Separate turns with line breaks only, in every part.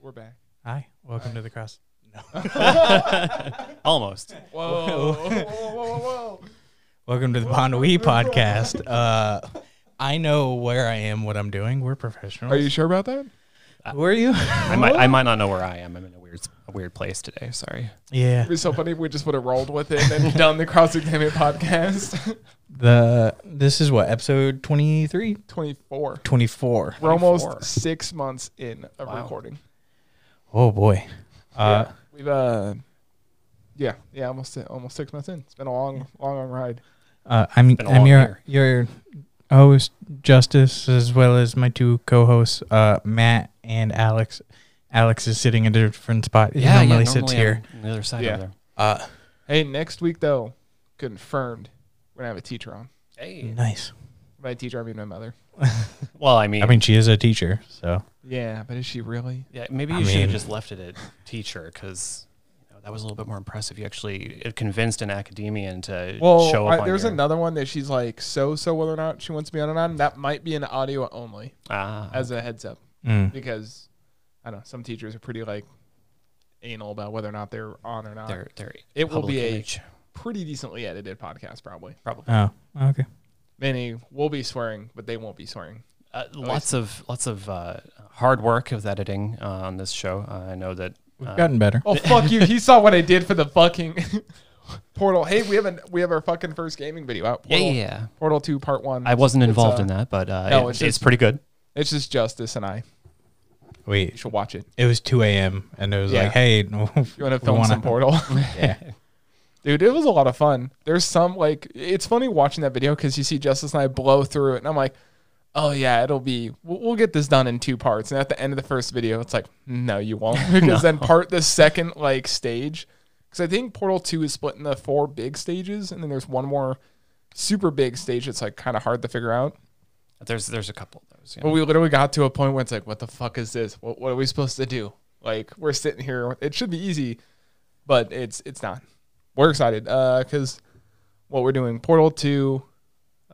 We're back.
Hi, welcome
Hi.
to the cross. No.
Almost.
Whoa, whoa, whoa, whoa, whoa.
welcome to the Bond We podcast. Uh, I know where I am, what I'm doing. We're professionals.
Are you sure about that?
Where are you?
I might I might not know where I am. I'm in a weird a weird place today. Sorry.
yeah.
It'd be so funny if we just would have rolled with it and done the cross examine podcast.
The this is what episode 23,
24.
24.
We're almost
24.
six months in of
Wow.
recording.
Oh boy. Uh,
yeah. We've, uh, yeah, yeah, almost si- almost six months in. It's been a long, long, long ride.
uh, I'm
been a
I'm
long
your your host Justice as well as my two co-hosts uh, Matt and Alex. Alex is sitting in a different spot. He normally sits
I'm
here.
on the other side
Yeah.
over there.
Uh,
Hey, next week though, confirmed, we're gonna have a teacher on.
Hey.
nice.
By teacher, I mean my mother.
Well, I mean,
I mean, she is a teacher, so
Yeah, but is she really?
yeah, maybe
I
you should
mean-
have just left it at teacher because you know, that was a little bit more impressive. You actually it convinced an academician to
Well,
show up.
I,
on
there's
your,
another one that she's like so so whether or not she wants to be on or not. That might be an audio only
Ah,
as a heads up
mm.
because I don't know. Some teachers are pretty like anal about whether or not they're on or not.
their, their
It will
public
be a-
image, Uh,
pretty decently edited podcast probably.
probably.
Oh, okay.
Many will be swearing, but they won't be swearing.
Uh, lots of lots of uh, hard work of editing uh, on this show. Uh, I know that
We've
uh,
gotten better.
Oh fuck you! He saw what I did for the fucking portal. Hey, we have a we have our fucking first gaming video out.
Yeah,
Portal,
yeah, yeah.
Portal Two Part One.
I wasn't
It's,
involved
uh,
in that, but uh,
no,
it-
it's
it's,
just-
pretty good.
It's just Justice and I. You
Wait,
should watch it.
it was 2 a.m. and it was
Yeah.
like, hey, you want
You want to film some Portal?
Yeah.
Dude, it was a lot of fun. There's some like it's funny watching that video because you see Justice and I blow through it, and I'm like, oh yeah, it'll be we'll, we'll get this done in two parts. And at the end of the first video, it's like, no, you won't, because then part the second like stage, because I think Portal Two is split into four big stages, and then there's one more super big stage that's like kind of hard to figure out.
There's there's a couple of those. yeah.
But we literally got to a point where it's like, what the fuck is this? What what are we supposed to do? Like we're sitting here. It should be easy, but it's it's not. We're excited because what we're doing Portal Two,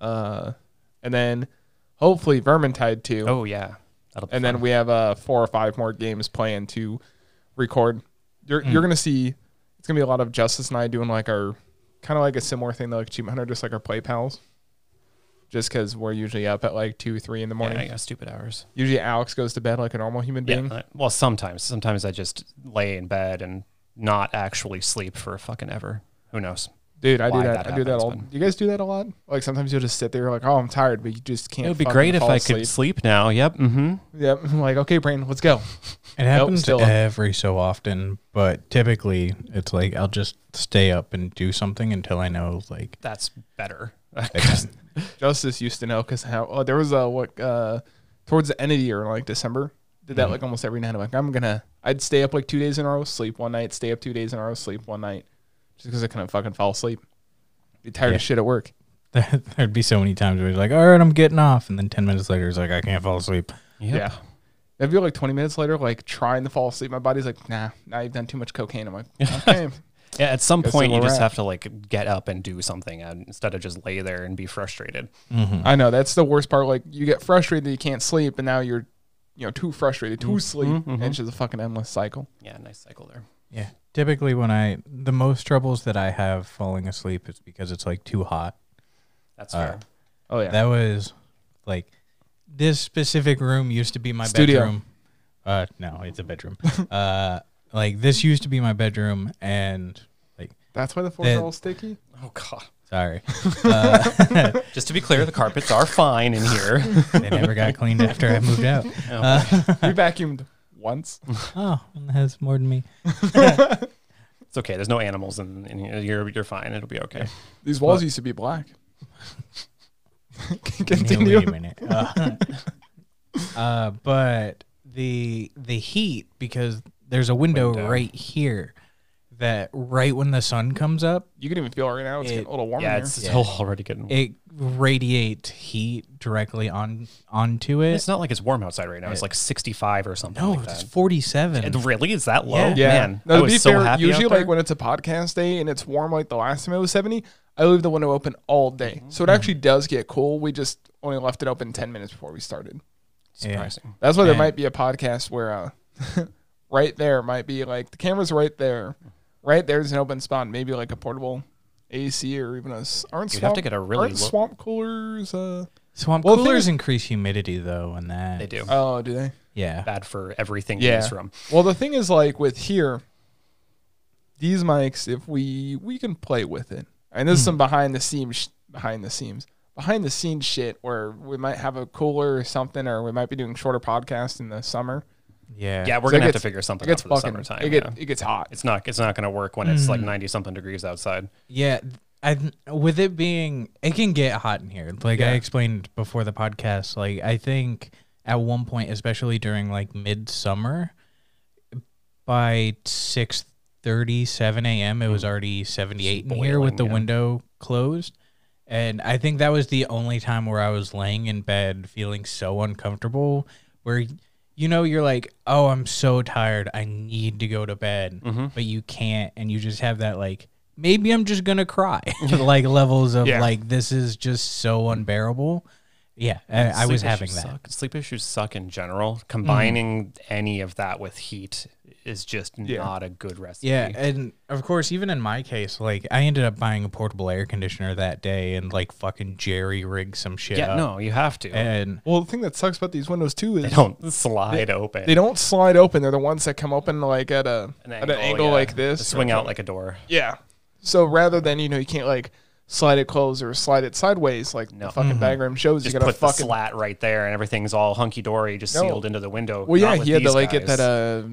uh, and then hopefully Vermintide Two,
Oh yeah, that'll be
and then
fun.
we have uh four or five more games planned to record. You're
Hmm.
you're gonna see it's gonna be a lot of Justice and I doing like our kind of like a similar thing to like Achievement Hunter, just like our play pals. Just because we're usually up at like two, three in the morning.
Yeah, I got stupid hours.
Usually Alex goes to bed like a normal human being.
Yeah. uh, Well, sometimes sometimes I just lay in bed and not actually sleep for fucking ever. Who knows?
Dude, I do
Why
that.
that
I do that
happens,
all.
but-
You guys do that a lot? Like sometimes you'll just sit there like, "Oh, I'm tired," but you just can't.
It would be
fucking
great if
fall
I could sleep now. Yep. Mm-hmm.
Yep. I'm like, "Okay, Brandon, let's go."
It happens
still up.
every so often, but typically it's like I'll just stay up and do something until I know like
That's better.
I can.
Justice used to know because how oh, there was a what uh, towards the end of the year, like December, did that like almost every night. I'm like, I'm gonna. I'd stay up like two days in a row, sleep one night, stay up two days in a row, sleep one night, just because I couldn't fucking fall asleep. Be tired
Yeah.
of shit at work.
there, there'd be so many times where he's like, all right, I'm getting off, and then ten minutes later he's like, I can't fall asleep.
Yep.
Yeah. I feel like 20 minutes later, like trying to fall asleep, my body's like, nah, now you've done too much cocaine. I'm like, okay.
Yeah, At some
Guess
point,
where
you
we're
just
at.
have to like get up and do something and instead of just lay there and be frustrated.
I know that's the worst part. Like you get frustrated that you can't sleep, and now you're, you know, too frustrated to sleep, and it's just a fucking endless cycle.
Yeah. Nice cycle there.
Yeah. Typically, when I the most troubles that I have falling asleep is because it's like too hot.
That's
Uh,
fair.
Oh yeah,
That was like this specific room used to be my
Studio.
bedroom. Uh, no, it's a bedroom. uh, like this used to be my bedroom, and like
that's why the floors
Then-
are all sticky.
Oh god.
sorry, uh,
Just to be clear, the carpets are fine in here.
they never got cleaned after I moved out.
we vacuumed once.
Oh, that's more than me.
It's okay. There's no animals in, in here. You're you're fine. It'll be okay.
These walls used to be black.
Yeah, Wait
Continue.
a minute. Uh, uh, but the the heat because there's a window,
Window.
right here that right when the sun comes up,
You can even feel right now. It's
It-
getting a little warm
Yeah.
in
It's
here.
still already getting.
it radiates heat directly on onto it.
it's not like it's warm outside right now. It's like 65 or something.
no,
like
Oh, it's
that.
47.
And really, is that low?
Yeah.
Yeah.
Man,
No,
I
to
was
be
so
fair,
happy.
usually
out there.
like when it's a podcast day and it's warm, like the last time it was seventy, I leave the window open all day, so it actually does get cool. We just only left it open ten minutes before we started.
Yeah.
surprising.
That's why there
And-
might be a podcast where uh, right there might be like the camera's right there. Right there's an open spot, maybe like a portable AC or even a s- aren't
You'd
swamp,
have to get a really
aren't
low-
swamp coolers. Uh,
Swamp
Well, the thing
coolers
is-
increase humidity though, and that
They do.
oh, do they?
Yeah,
Bad for everything
Yeah.
in this room.
Well, the thing is, like with here, these mics, if we we can play with it, and
Hmm.
this is some behind the scenes, sh- behind the scenes, behind the scenes shit, where we might have a cooler or something, or we might be doing shorter podcasts in the summer.
yeah,
Yeah, we're
So it
gonna have to
gets-
figure something
It gets
out for the
fucking,
summertime.
it, get,
yeah.
it gets Mm. hot.
It's not it's not gonna work when it's like ninety something degrees outside.
yeah. I, with it being, it can get hot in here. Like I explained before the podcast, like I think at one point, especially during like midsummer, by six thirty, seven a.m., it was already 78 in here with
Hmm. boiling,
the
yeah.
window closed. And I think that was the only time where I was laying in bed feeling so uncomfortable, where you know you're like, "Oh, I'm so tired. I need to go to bed,"
Mm-hmm.
but you can't, and you just have that like, maybe I'm just gonna cry, like levels of
Yeah.
like this is just so unbearable. Yeah, I, I was
Sleep
having
issues
that.
Suck. Sleep issues suck in general.
Mm.
Combining any of that with heat is just not a good recipe.
Yeah, and of course, even in my case, like I ended up buying a portable air conditioner that day and like fucking jerry rigged some shit.
Yeah,
up.
no, you have to.
And
Well, the thing that sucks about these windows too is
they don't slide open.
they don't slide open. They're the ones that come open like at a
An
at an angle
yeah.
like this.
Swing out like a door.
Yeah. So rather than you know you can't like slide it closed or slide it sideways like the
Mm-hmm.
fucking bag rim shows,
Just
you gotta
put the
fucking
slat right there, and everything's all hunky dory, just
No.
sealed into the window.
Well,
Not
yeah,
with
he had to
these
like get
guys.
that uh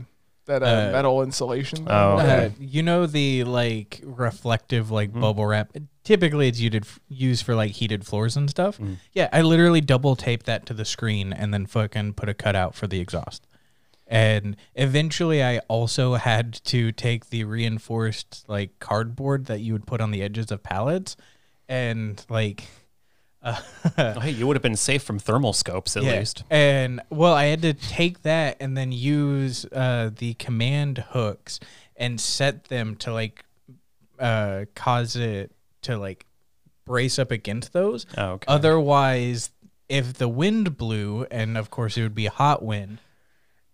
that uh, metal insulation.
Oh,
thing.
okay.
uh, you know the like reflective like
Mm-hmm.
bubble wrap. Typically, it's used used for like heated floors and stuff.
Mm.
Yeah, I literally double taped that to the screen and then fucking put a cutout for the exhaust. And eventually, I also had to take the reinforced like cardboard that you would put on the edges of pallets, and like
Oh, hey, you would have been safe from thermal scopes at least.
And well, I had to take that and then use uh, the command hooks and set them to like uh, cause it to like brace up against those.
Oh, okay.
Otherwise, if the wind blew, and of course it would be hot wind,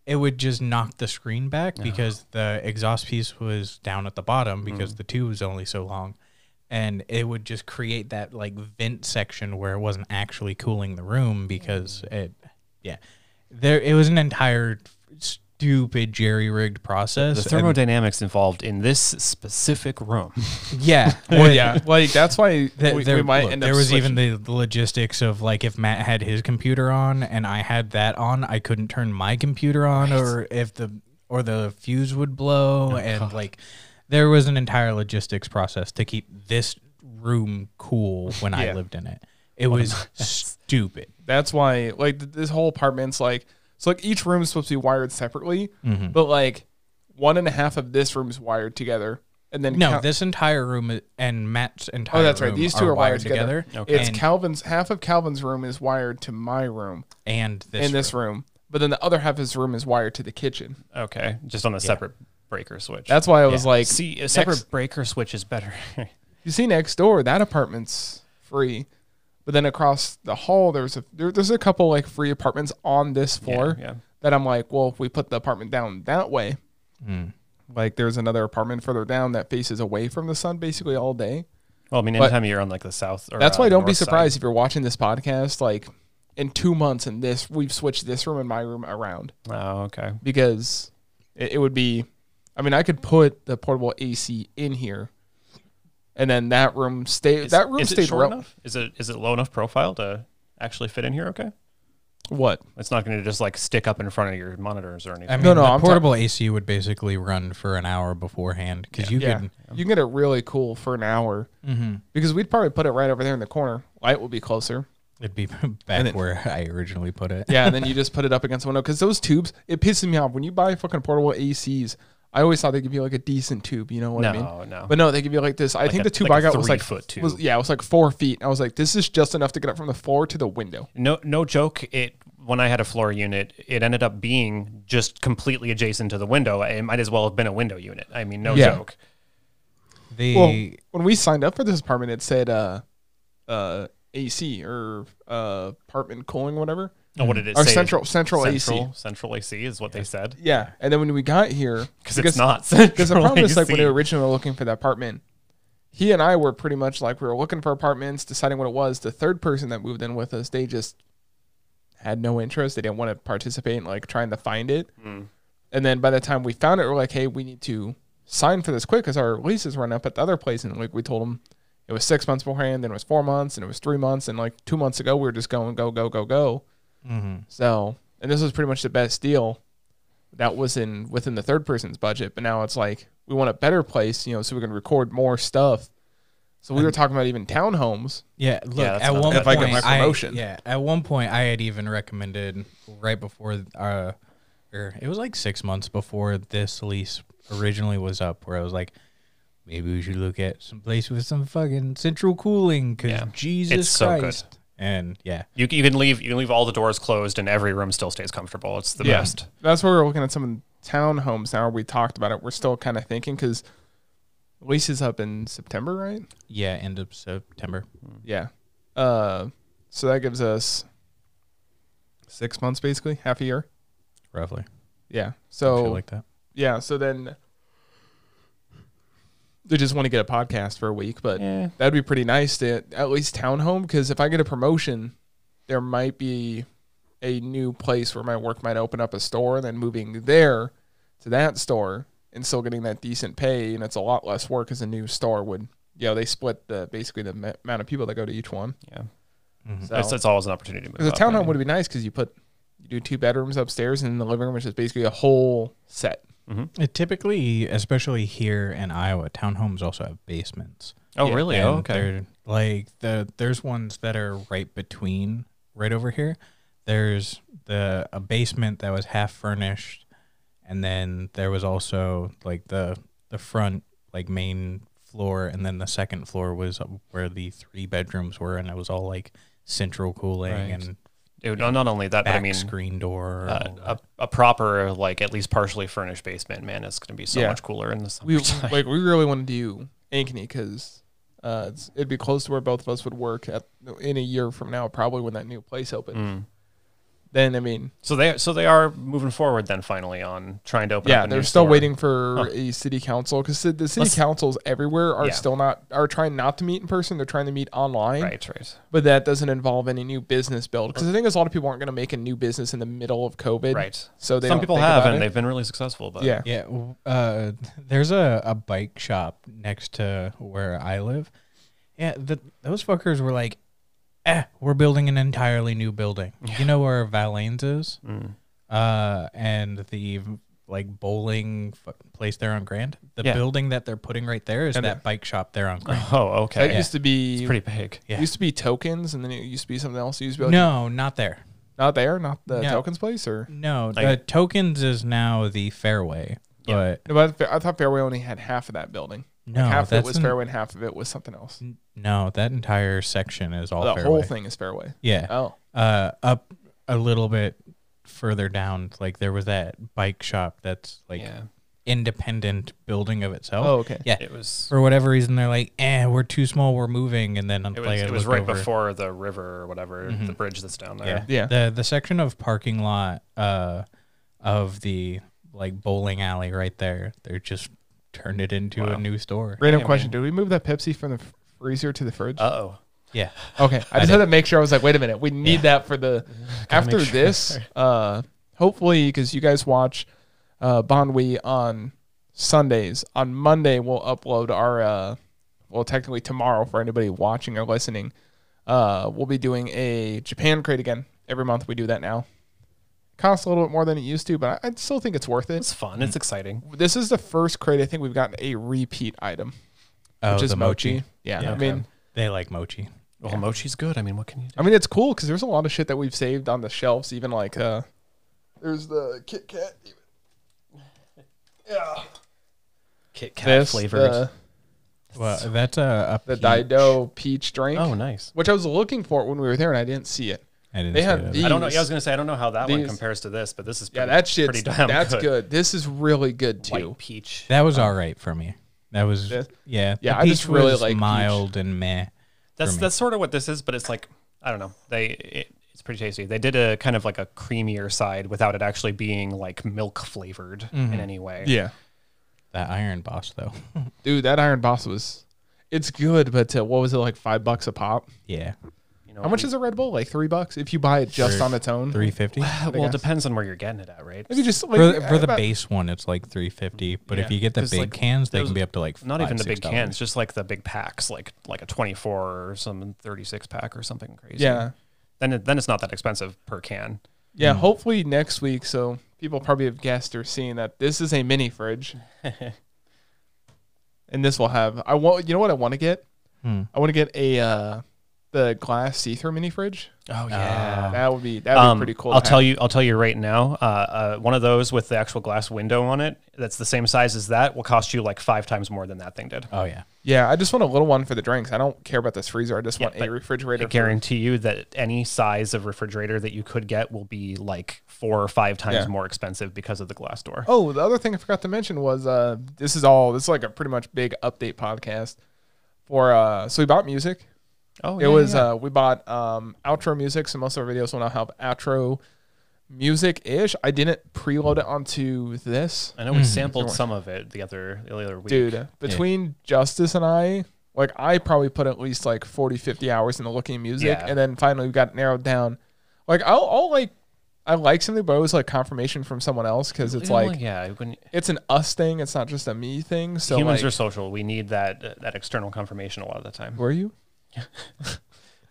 it would just knock the screen back because the exhaust piece was down at the bottom because
Mm.
the tube was only so long. And it would just create that like vent section where it wasn't actually cooling the room because
Mm.
it, yeah, there it was an entire stupid jerry rigged process.
The
and-
thermodynamics involved in this specific room.
yeah,
Well, yeah, like that's why
Th-
we,
there,
we might
look,
end up.
there was
switching.
even the the logistics of like if Matt had his computer on and I had that on, I couldn't turn my computer on, or if the or the fuse would blow,
Oh,
and like there was an entire logistics process to keep this room cool when I
Yeah. Oh,
lived in it. It was stupid.
That's why like th- this whole apartment's like so like each room is supposed to be wired separately,
Mm-hmm.
but like one and a half of this room's wired together, and then
No,
Cal-
this entire room i- and Matt's entire
Oh, that's right.
room
These two are, wired together. It's
and,
Calvin's half of Calvin's room is wired to my room
and this,
in this room, but then the other half of his room is wired to the kitchen.
Okay, just on a separate breaker switch.
That's why I was
Yeah.
like,
See, a separate
next-
breaker switch is better.
you see next door that apartment's free but then across the hall there's a there, there's a couple like free apartments on this floor
yeah.
that i'm like well if we put the apartment down that way like there's another apartment further down that faces away from the sun basically all day
well, I mean, anytime you're on like the south. Or,
that's
uh,
why don't be
north side.
surprised if you're watching this podcast like in two months and this we've switched this room and my room around
Oh, okay.
because it, it would be i mean i could put the portable ac in here and then that room stay
Is-
that room
is it
stayed
short
rel-
enough? Is it is it low enough profile to actually fit in here? Okay,
what
it's not going to just like stick up in front of your monitors or anything.
I mean,
No, no,
the
I'm ta-
portable AC would basically run for an hour beforehand because you
Yeah.
could
You can get it really cool for an hour
Mm-hmm.
because we'd probably put it right over there in the corner. Light will be closer.
It'd be back where I originally put it.
Yeah. And then you just put it up against the window because those tubes, it pisses me off. When you buy fucking portable ACs, I always thought they give you like a decent tube. You know what I mean?
No, no.
But no, they give you like this. I think
a-
the tube
like
I
a
got was like
three-foot tube.
was- yeah, it was like four feet. I was like, this is just enough to get up from the floor to the window.
No, no joke. It when I had a floor unit, it ended up being just completely adjacent to the window. It might as well have been a window unit. I mean, no
Yeah.
joke.
The
Well, when we signed up for this apartment, it said uh, uh, AC or uh, apartment cooling, whatever.
Or what did it
Or
say?
central- central AC.
Central, central AC is what they said.
Yeah, and then when we got here,
Because it's not central
Because the problem is, like, when
AC.
we originally were looking for the apartment, he and I were pretty much like, we were looking for apartments, deciding what it was. The third person that moved in with us, they just had no interest. They didn't want to participate in, like, trying to find it. And then by the time we found it, we're like, hey, we need to sign for this quick because our lease is running up at the other place. And, like, we told them it was six months beforehand, then it was four months, and it was three months. And, like, two months ago, we were just going, go, go, go, go.
Mm-hmm.
So, and this was pretty much the best deal that was in within the third person's budget, but now it's like we want a better place, you know, so we can record more stuff. So we were talking about even townhomes.
Yeah, look.
that's
at
not
one
bad.
If I
point,
get
I
my promotion.
yeah, at one point, I had even recommended right before, uh, or it was like six months before this lease originally was up, where I was like, maybe we should look at some place with some fucking central cooling because
Yeah.
Jesus
It's so good.
Christ. And yeah,
You, you can leave. You can leave all the doors closed, and every room still stays comfortable. It's the best.
That's why we're looking at some townhomes now. We talked about it. We're still kind of thinking because lease is up in September, right?
yeah, end of September.
Yeah. Uh, so that gives us six months, basically, half a year.
Roughly,
Yeah.
I
So
feel like that.
yeah. So then they just want to get a podcast for a week, but
Yeah.
that'd be pretty nice to at least townhome because if I get a promotion, there might be a new place where my work might open up a store, then moving there to that store and still getting that decent pay, and it's a lot less work as a new store would. You know, they split the basically the ma- amount of people that go to each one.
Yeah.
So
It's, it's always an opportunity to move.
because a
up,
townhome
right?
would be nice because you put you do two bedrooms upstairs and the living room, which is basically a whole set.
Uh, typically, especially here in Iowa, townhomes also have basements.
Oh,
yeah,
really?
And
Oh, okay.
they're- Like the there's ones that are right between right over here. There's the a basement that was half furnished, and then there was also like the the front like main floor, and then the second floor was uh, where the three bedrooms were, and it was all like central cooling
Right.
and
It would- not only that, but
back
I mean,
screen door.
uh,
all
a,
that.
a proper, like at least partially furnished basement. Man, it's going to be so
Yeah.
much cooler in the
We
summertime.
like we really want to do Ankeny because uh, it's- it'd be close to where both of us would work at in a year from now, probably when that new place opens.
Mm.
Then I mean,
So they so they are moving forward then finally on trying to open.
yeah,
up a
they're
new
still
store.
waiting for a city council because the, the city
Let's-
councils everywhere are
Yeah.
still not are trying not to meet in person. They're trying to meet online,
Right, right,
but that doesn't involve any new business build because I think there's a lot of people aren't going to make a new business in the middle of COVID.
right.
So they
Some
don't
people
think
have,
about
and
it.
they've been really successful. But
yeah.
Yeah, w- uh, there's a, a bike shop next to where I live. Yeah, the, those fuckers were like, eh, we're building an entirely new building. You know where Valaine's is?
Mm.
Uh, and the like bowling f- place there on Grand? The
Yeah.
building that they're putting right there is
And
that bike shop there on Grand.
Oh, okay.
That used to be
It's pretty big.
Yeah.
used to be tokens, and then it used to be something else. It used to be like,
No, not there.
not there, not the
No.
tokens place, or
No, the
Like-
Tokens is now the fairway. But
No, but I th- I thought Fairway only had half of that building. Like,
No,
half of it
that's
was
an-
Fairway, and half of it was something else. Oh,
n- no, that entire section is all
the
fairway.
whole thing is Fairway.
Yeah.
Oh,
uh, up a little bit further down, like there was that bike shop that's like
Yeah.
independent building of itself.
Oh, okay.
Yeah.
It was.
For whatever reason, they're like, eh, we're too small, we're moving, and then
It
like,
was,
I
it was
looked
right
over- Mm-hmm.
before the river or whatever, the bridge that's down there.
Yeah.
Yeah.
The the section of parking lot uh of the like bowling alley right there, they're just turned it into a new store.
random question. Did we move that Pepsi from the f- freezer to the fridge?
Uh oh.
Yeah.
okay, I just had to make sure. I was like, wait a minute, we need that for the after
sure.
this. Uh, hopefully, because you guys watch uh, Bon Wee on Sundays. On Monday, we'll upload our. Uh, well, technically tomorrow for anybody watching or listening, uh, we'll be doing a Japan crate again. Every month we do that now. Costs a little bit more than it used to, but I, I still think it's worth it.
It's fun.
Mm.
It's exciting.
This is the first crate I think we've gotten a repeat item,
Oh,
which is
the
mochi. Yeah, I mean,
they like mochi.
Well, mochi's good. I mean, what can you do?
I mean, it's cool because there's a lot of shit that we've saved on the shelves. Even like, uh, there's the Kit Kat. even- Yeah,
Kit Kat
this uh,
flavors.
the,
Well, that's uh, a,
the
a peach.
Dido peach drink.
oh, nice.
Which I was looking for it when we were there and I didn't see it.
I didn't
They
see
had
that.
the-
I don't know. Yeah, I was gonna say I don't know how that one
These-
compares to this, but this is pretty,
Yeah, that shit's
pretty damn
that's
good.
good. This is really good too.
White peach.
That was all right for me. That was
This-
yeah.
Yeah,
the
I just
peach
really
was
like peach.
mild and meh.
That's
me.
that's sort of what this is, but it's like I don't know. They it, it's pretty tasty. They did a kind of like a creamier side without it actually being like milk flavored in any way.
Mm-hmm. Yeah.
That Iron Boss though.
Dude, that Iron Boss was it's good, but uh, what was it like 5 bucks a pop?
yeah.
You know,
How much is a Red Bull? Like 3 bucks if you buy it just
Oh. Three-
on its own.
Three fifty.
Well, it depends on where you're getting it at, right?
Maybe just like
For, the- for the
about-
base one, it's like three fifty. But
Yeah,
if you get the
'cause,
big
like,
cans, they
those-
can be up to like
Not
five,
even the big
$6.
cans, just like the big packs, like like a 24 or some 36 pack or something crazy.
Yeah.
Then it, then it's not that expensive per can.
Yeah, hopefully next week. So people probably have guessed or seen that this is a mini fridge, and this will have. I want. You know what I want to get?
Hmm.
I want to get a uh, the glass see-through mini fridge.
Oh
that would be that would
Um,
be pretty cool.
I'll
to
tell
have.
you. I'll tell you right now. Uh, uh, one of those with the actual glass window on it, that's the same size as that, will cost you like five times more than that thing did.
Oh yeah.
Yeah, I just want a little one for the drinks. I don't care about this freezer. I just want a
but I
refrigerator. for-
guarantee you that any size of refrigerator that you could get will be like four or five times
Yeah.
more expensive because of the glass door.
Oh, the other thing I forgot to mention was uh, this is all this is like a pretty much big update podcast for uh, so we bought music.
Oh,
it was uh we bought um outro music so most of our videos will now have outro music ish i didn't preload it onto this
I know we sampled some of it the other the other week.
dude between justice and i like i probably put at least like 40 50 hours into looking at music
Yeah.
and then finally we got narrowed down like i'll, I'll like i like something but it was like confirmation from someone else because it's
You know,
like
yeah, when
it's an us thing it's not just a me thing so
humans
like,
are social, we need that that external confirmation a lot of the time.
were you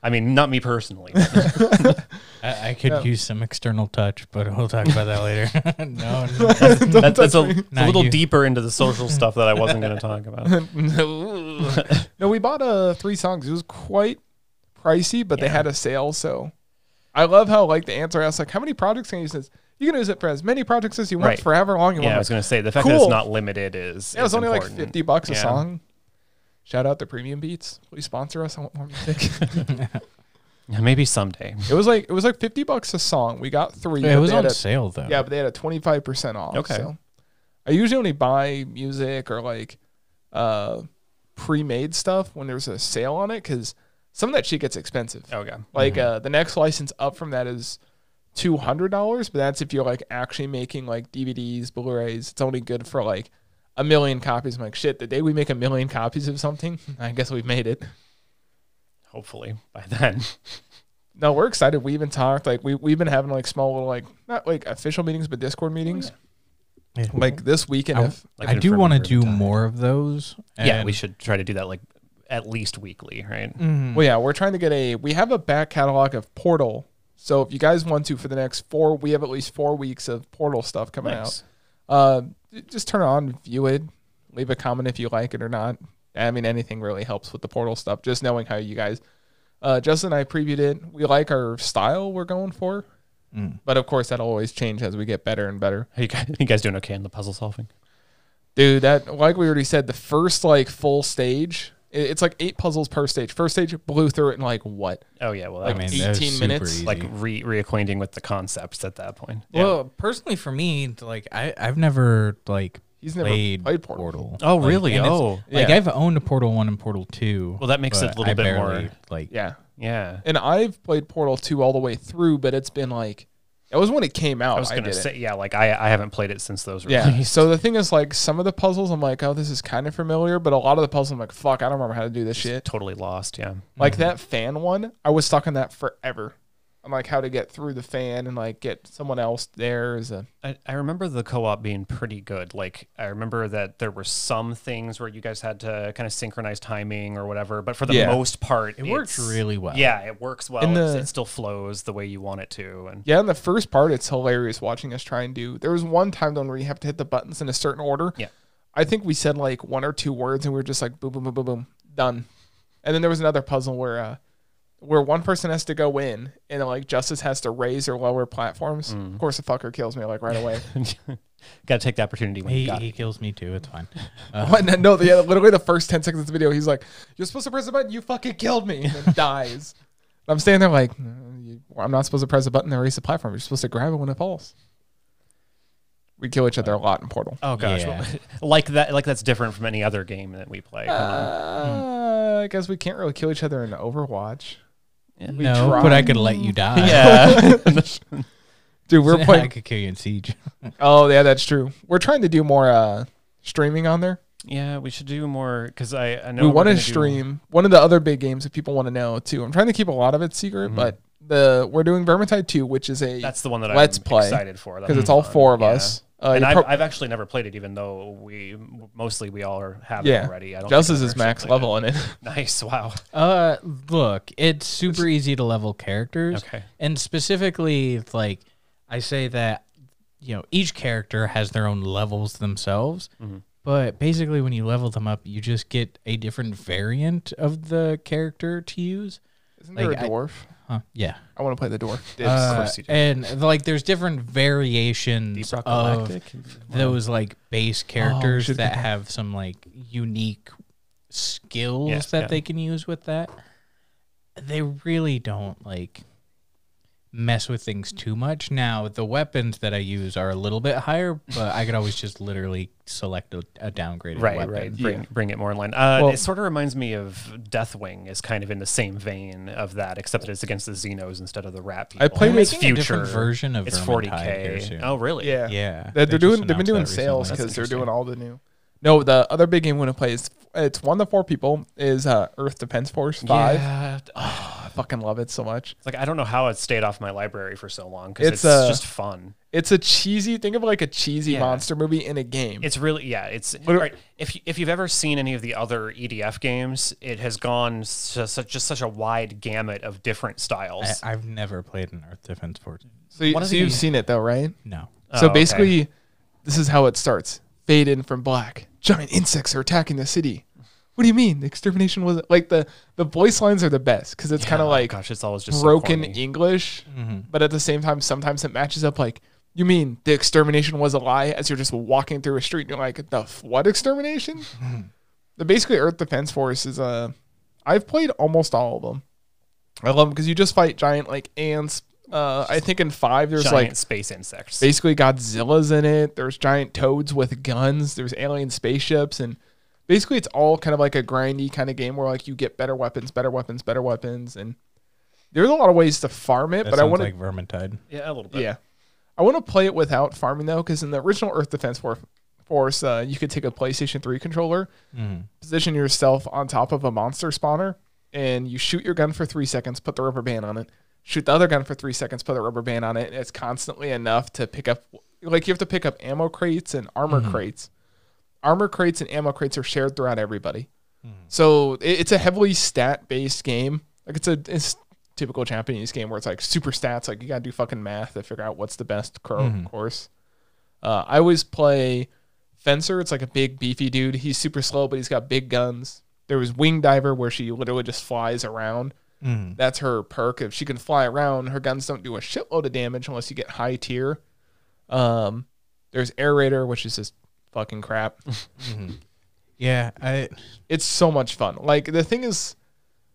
I mean, not me personally. but-
I, I could use some external touch, but we'll talk about that later. no, no.
that, that's a, it's a
Not
little
you.
deeper into the social stuff that I wasn't going to talk about.
no no we bought uh three songs it was quite pricey but they had a sale so i love how like the answer asks like how many projects can you use this you can use it for as many projects as you want
Right.
for however long you
Yeah, I
want
was going to say the fact that
Cool.
it's not limited is
yeah, it was
is
only
important.
like 50 bucks a
Yeah.
song shout out to premium beats please sponsor us i want more music
Yeah, maybe someday.
it was like it was like 50 bucks a song we got three
it
but
was
they had
on
a-
sale though.
yeah but they had a 25% off
Okay.
so. i usually only buy music or like uh pre-made stuff when there's a sale on it because some of that shit gets expensive
Okay.
Like
Mm-hmm.
uh, the next license up from that is two hundred dollars, but that's if you're like actually making like DVDs, Blu-rays. It's only good for like a million copies. I'm like, shit. The day we make a million copies of something, I guess we've made it.
Hopefully by then.
No, we're excited. We even talked like we we've been having like small little like not like official meetings, but Discord meetings.
Yeah.
Like this weekend,
I,
if
Like
I
an
do want to
affirmative
do
time.
more of those.
yeah,
and- Mm-hmm.
we should try to do that like at least weekly, right?
Well, yeah, we're trying to get a. We have a back catalog of Portal. So if you guys want to, for the next four, we have at least four weeks of Portal stuff coming
Nice.
out. Uh, just turn it on, view it, leave a comment if you like it or not. I mean, anything really helps with the Portal stuff. Just knowing how you guys. Uh, Justin and I previewed it. We like our style we're going for,
Mm.
but of course that'll always change as we get better and better.
Are you guys, you guys doing okay in the puzzle solving?
Dude, that like we already said, the first like full stage, it- it's like eight puzzles per stage. First stage blew through it in like what
Oh yeah, well,
Like
that
I mean,
was,
18
18 minutes,
minutes.
like re- reacquainting with the concepts at that point. Yeah.
Well, personally, for me, like I, I've never like
He's never
played,
played Portal.
Portal.
Oh,
Like,
really?
and it's-
Oh.
like
Yeah.
I've owned a Portal One and Portal Two.
Well, that makes it a
but
little
I
bit more-
barely, like.
Yeah.
yeah.
And I've played Portal 2 all the way through, but it's been like that was when it came out.
I was gonna
did it.
say yeah, like I I haven't played it since those
Yeah.
released.
So the thing is like some of the puzzles I'm like, oh, this is kind of familiar, but a lot of the puzzles I'm like, fuck, I don't remember how to do this shit.
Totally lost. Yeah.
Like that fan one, I was stuck on that forever. I'm like how to get through the fan and like get someone else there is a
I, I remember the co-op being pretty good. Like I remember that there were some things where you guys had to kind of synchronize timing or whatever, but for the
Yeah.
most part,
It works
it's-
really well.
Yeah, it works well.
In
It's-
the-
it still flows the way you want it to, and
yeah, in the first part it's hilarious watching us try and do there was one time though where you have to hit the buttons in a certain order.
yeah.
I think we said like one or two words and we were just like boom boom boom boom boom done. And then there was another puzzle where uh where one person has to go in and like justice has to raise or lower platforms. Of course the fucker kills me like right away.
Got to take the opportunity when you
He,
got
he
it.
kills me too. It's fine. Uh,
But no, no, the, yeah, literally the first ten seconds of the video he's like, You're supposed to press the button, you fucking killed me and then dies. And I'm standing there like "Mm, you- I'm not supposed to press a button to raise the platform. You're supposed to grab it when it falls. We kill each other a lot in Portal.
Oh gosh,
Yeah.
well, like that. Like that's different from any other game that we play.
Hmm. Uh, I guess we can't really kill each other in Overwatch. We
no,
tried.
but I could let you die.
Yeah.
Dude, we're
Yeah, I
playing.
could kill you in siege.
Oh yeah, that's true. We're trying to do more uh, streaming on there.
yeah, we should do more because I, I know
we
we're
want
gonna
to
do-
stream one of the other big games that people want to know too. I'm trying to keep a lot of it secret, but the we're doing Vermintide 2, which is a
Mm-hmm. That's the one that
Let's
I'm
play,
excited for That'll
because
be
it's all
fun.
four of
Yeah.
us. Uh,
and
you
I've,
prob-
I've actually never played it, even though we mostly we all are- have
yeah,
it already. I don't
Justice
think I've
is
ever
max
played it.
level in it.
Nice. Wow.
Uh, look, it's super easy to level characters.
Okay.
And specifically, like, I say that, you know, each character has their own levels themselves. But basically, when you level them up, you just get a different variant of the character to use.
Isn't there
Like,
a
I-
dwarf?
Huh, yeah.
I, want to play the dwarf.
Uh,
course you do.
and like, there's different variations
Deep Rock
of
Galactic. Oh,
those like base characters
should
that
be-
have some like unique skills
Yeah,
that
yeah.
they can use with that. They really don't like mess with things too much. Now the weapons that I use are a little bit higher, but I could always just literally select a, a downgraded
Right,
weapon.
right. Bring, bring it more in line. Uh,
Well-
it sort of reminds me of Deathwing is kind of in the same vein of that, except that it's against the Xenos instead of the Rat people.
I played
And
with-
it's
Making a
future
different version of
It's
Vermintide here
40k.
soon.
Oh, really?
Yeah.
yeah.
They're, they're
They just
doing. They've been
announced
doing
that
sales
recently.
because they're
interesting.
doing all the new. No, the other big game we want to play is it's one to four people is uh, Earth Defense Force Five.
Yeah. Oh,
I fucking love it so much.
like I don't know how it stayed off my library for so long because
It's,
it's,
uh,
just fun.
It's a cheesy. Think of like a cheesy
Yeah.
monster movie in a game.
It's really yeah. It's
do-
all right. If you, if you've ever seen any of the other EDF games, it has gone su- such just such a wide gamut of different styles.
I, I've never played an Earth Defense Force.
so you,
one of
so you've
the-
seen it though, right?
No.
So
Oh, okay.
basically, this is how it starts. Fade in from black. Giant insects are attacking the city. What do you mean? The extermination was like the the voice lines are the best because it's kind of
Oh,
like
gosh, it's always just so
broken
corny. Mm-hmm.
English, but at the same time, sometimes it matches up. Like you mean the extermination was a lie? As you're just walking through a street, and you're like, the f- what extermination?
Hmm.
the basically Earth Defense Force is Uh, I've played almost all of them. I love them because you just fight giant like ants. Uh, I think in five there's
giant
like
space insects.
basically Godzilla's in it. There's giant toads with guns. There's alien spaceships, and basically it's all kind of like a grindy kind of game where like you get better weapons, better weapons, better weapons, and there's a lot of ways to farm it.
That
but I
sounds
want to,
like Vermintide.
yeah, a little bit.
yeah, I want to play it without farming though, because in the original Earth Defense For- Force, uh, you could take a PlayStation Three controller,
Mm-hmm.
position yourself on top of a monster spawner, and you shoot your gun for three seconds, put the rubber band on it. Shoot the other gun for three seconds, put the rubber band on it, and it's constantly enough to pick up. Like you have to pick up ammo crates and armor
Mm-hmm.
crates. Armor crates and ammo crates are shared throughout everybody. So it, it's a heavily stat based game. Like it's a it's typical Japanese game where it's like super stats. Like you gotta do fucking math to figure out what's the best cor- course. Uh, I always play Fencer. It's like a big beefy dude. He's super slow, but he's got big guns. There was Wing Diver where she literally just flies around. That's her perk. If she can fly around, her guns don't do a shitload of damage unless you get high tier. Um, there's Aerator, which is just fucking crap.
Yeah, I
it's so much fun. Like the thing is,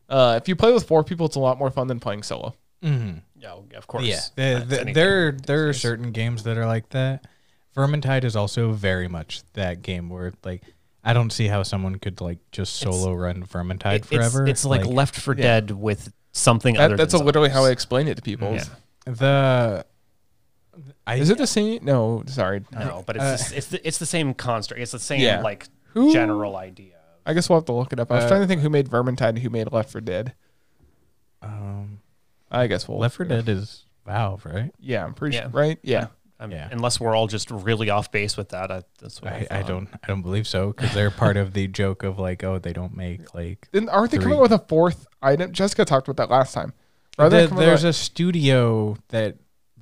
uh, if you play with four people, it's a lot more fun than playing solo.
No, of course.
Yeah,
That's
the, the-
anything.
there there are certain games that are like that. Vermintide is also very much that game where like I don't see how someone could like just solo run Vermintide
It- it's-
forever.
It's, like, Left for Dead with something
That,
other.
that's
than
literally how I
zombies.
explain it to people.
Yeah.
the I
Is it the same? No, sorry.
No, but it's
Uh,
just- it's the, it's the same construct. It's the same
Yeah.
like
Who-
general idea.
I guess we'll have to look it up. I was trying to think who made Vermintide and who made Left for Dead.
um,
I guess we'll
Left 4 Dead is Valve, right?
Yeah, I'm pretty
Yeah.
sure. Right? Yeah.
Um,
Yeah.
Unless we're all just really off base with that. I, that's what I,
I, I
thought.
don't I don't believe so because they're part of the joke of like oh they don't make like
Then aren't they coming up
Three.
with a fourth item? Jessica talked about that last time. Rather
The-
than coming up
there's
with-
a studio that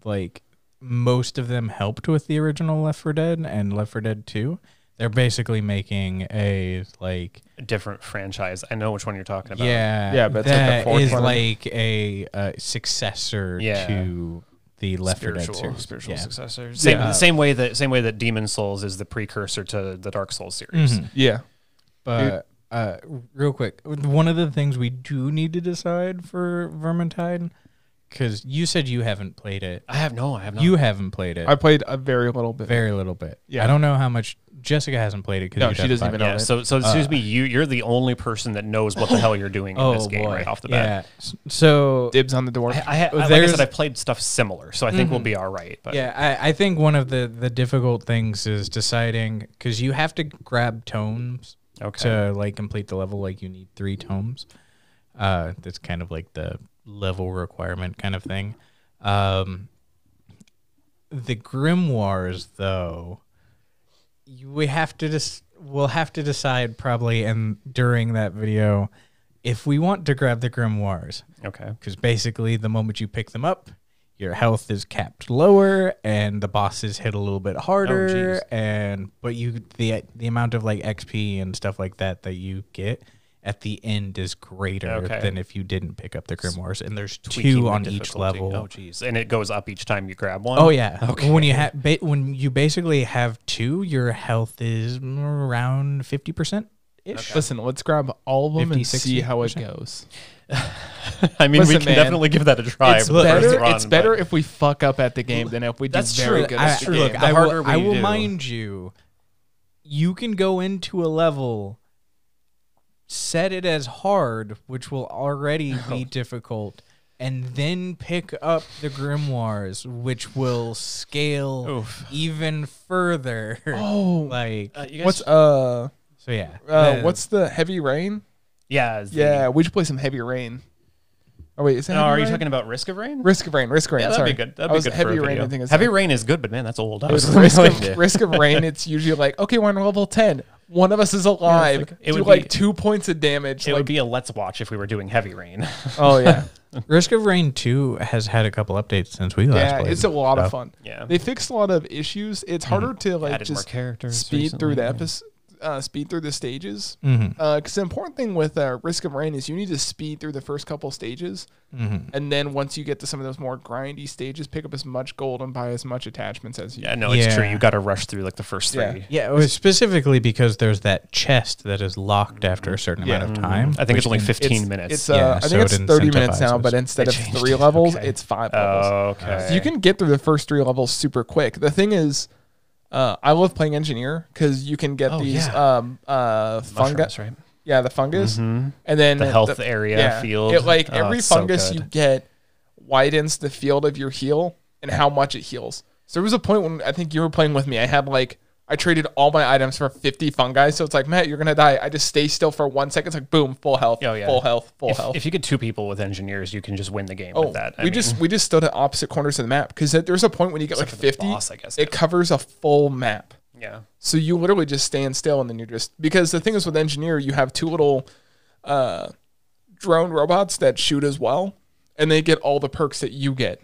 like most of them helped with the original Left 4 Dead and Left 4 Dead 2. They're basically making a like
A different franchise. I know which one you're talking about.
yeah
Yeah, but it's like the
that
fourth
is
one.
like a, uh successor
Yeah.
to the Left 4 Dead
Spiritual,
series.
spiritual
Yeah.
successor. Same,
Yeah.
same way that same way that Demon Souls is the precursor to the Dark Souls series.
Mhm.
yeah.
But uh, real quick, one of the things we do need to decide for Vermintide because you said you haven't played it.
I have no, I have not.
You haven't played it.
I played a very little bit.
very little bit.
Yeah.
I don't know how much Jessica hasn't played it. 'cause
No,
you'd
she
have to
doesn't
buy
even
it. Uh,
know.
yeah, so so it seems to me you you're the only person that knows what the hell you're doing in
Oh
this game
boy.
right off the bat.
yeah. S- So
Dibs on the door.
I, I, ha- I like I
There's- Mm-hmm.
said, I played stuff similar, so I think we'll be all right. But
yeah, I, I think one of the the difficult things is deciding because you have to grab tomes
Okay.
to like complete the level. Like you need three tomes. Uh, that's kind of like the level requirement kind of thing. Um, the grimoires though, you- we have to just we'll have to decide probably and during that video if we want to grab the grimoires
okay,
because basically the moment you pick them up your health is capped lower and the bosses hit a little bit harder
Oh, jeez.
and but you the the amount of like xp and stuff like that that you get at the end is greater
Okay.
than if you didn't pick up the grimoires and there's
Tweaking
two
the
on each
difficulty.
level
Oh, jeez, and it goes up each time you grab one.
Oh yeah. When you have ba- when you basically have two, your health is around fifty percent ish.
Listen, let's grab all of them
50,
and see how it
60%.
goes.
I mean,
Listen,
we can
man,
definitely give that a try.
It's
for the first
better.
run,
it's
but-
better if we fuck up at the game than if we do
That's
very
true.
good.
I,
at the
true.
game.
Look,
The
I
harder
will,
we
I will
do.
mind you. You can go into a level, set it as hard, which will already be difficult, and then pick up the grimoires, which will scale
Oof.
even further.
Oh,
like
Uh, you guys-
what's uh,
so, yeah.
uh
The-
what's the heavy rain?
yeah is the-
Yeah, we should play some heavy rain. Oh wait, is that?
No,
Heavy
are you
Rain?
talking about Risk of Rain?
Risk of rain, risk of rain.
yeah, that'd
sorry.
be good.
I
That'd be
was
good. for
heavy
a
rain.
video.
I think it's
heavy rain is good, but man, that's old. I was
Risk
like-
of, risk of rain. It's usually like okay, we're on level ten. One of us is alive.
like-
it
it
Do
would
like
be-
two points of damage.
It
like,
would be a let's watch if we were doing heavy rain.
oh yeah,
Risk of Rain 2 has had a couple updates since we last
yeah.
played.
It's Mm-hmm. a lot of
so.
fun.
Yeah.
they fixed a lot of issues. It's harder to like
Added more
just
characters.
speed
recently.
through the episode, uh, speed through the stages. Because the important thing with uh, Risk of Rain is you need to speed through the first couple stages, and then once you get to some of those more grindy stages, pick up as much gold and buy as much attachments as you.
Yeah, no, it's
Yeah.
true. You got to rush through like the first three.
Yeah.
Yeah, it was specifically because there's that chest that is locked after a certain amount of time.
I
which
think it's only
can-
15
it's,
minutes.
It's uh,
Yeah,
I think
so it
it's thirty minutes now,
incentivizes.
but instead
They
of
changed
three
it.
levels,
Okay.
it's five levels.
oh, okay.
So you can get through the first three levels super quick. The thing is, uh, I love playing engineer because you can get
Oh,
these
yeah.
um, uh,
mushrooms,
fungus,
right?
yeah, the fungus, and then
The
it-
health area, field.
It like
Oh,
every
it's so
fungus you
good.
get widens the field of your heal and how much it heals. So there was a point when I think you were playing with me. I had like. I traded all my items for 50 fungi, so it's like, Matt, you're gonna die. I just stay still for one second. It's like, boom, full health,
Oh, yeah.
full health, full
If,
health.
if you get two people with engineers, you can just win the game
Oh,
with that. I
we
mean,
just we just stood at opposite corners of the map because there's a point when you get like
for the
50,
boss, I guess,
it
yeah.
covers a full map.
yeah.
So you literally just stand still and then you're just because the thing is with engineer, you have two little uh, drone robots that shoot as well, and they get all the perks that you get.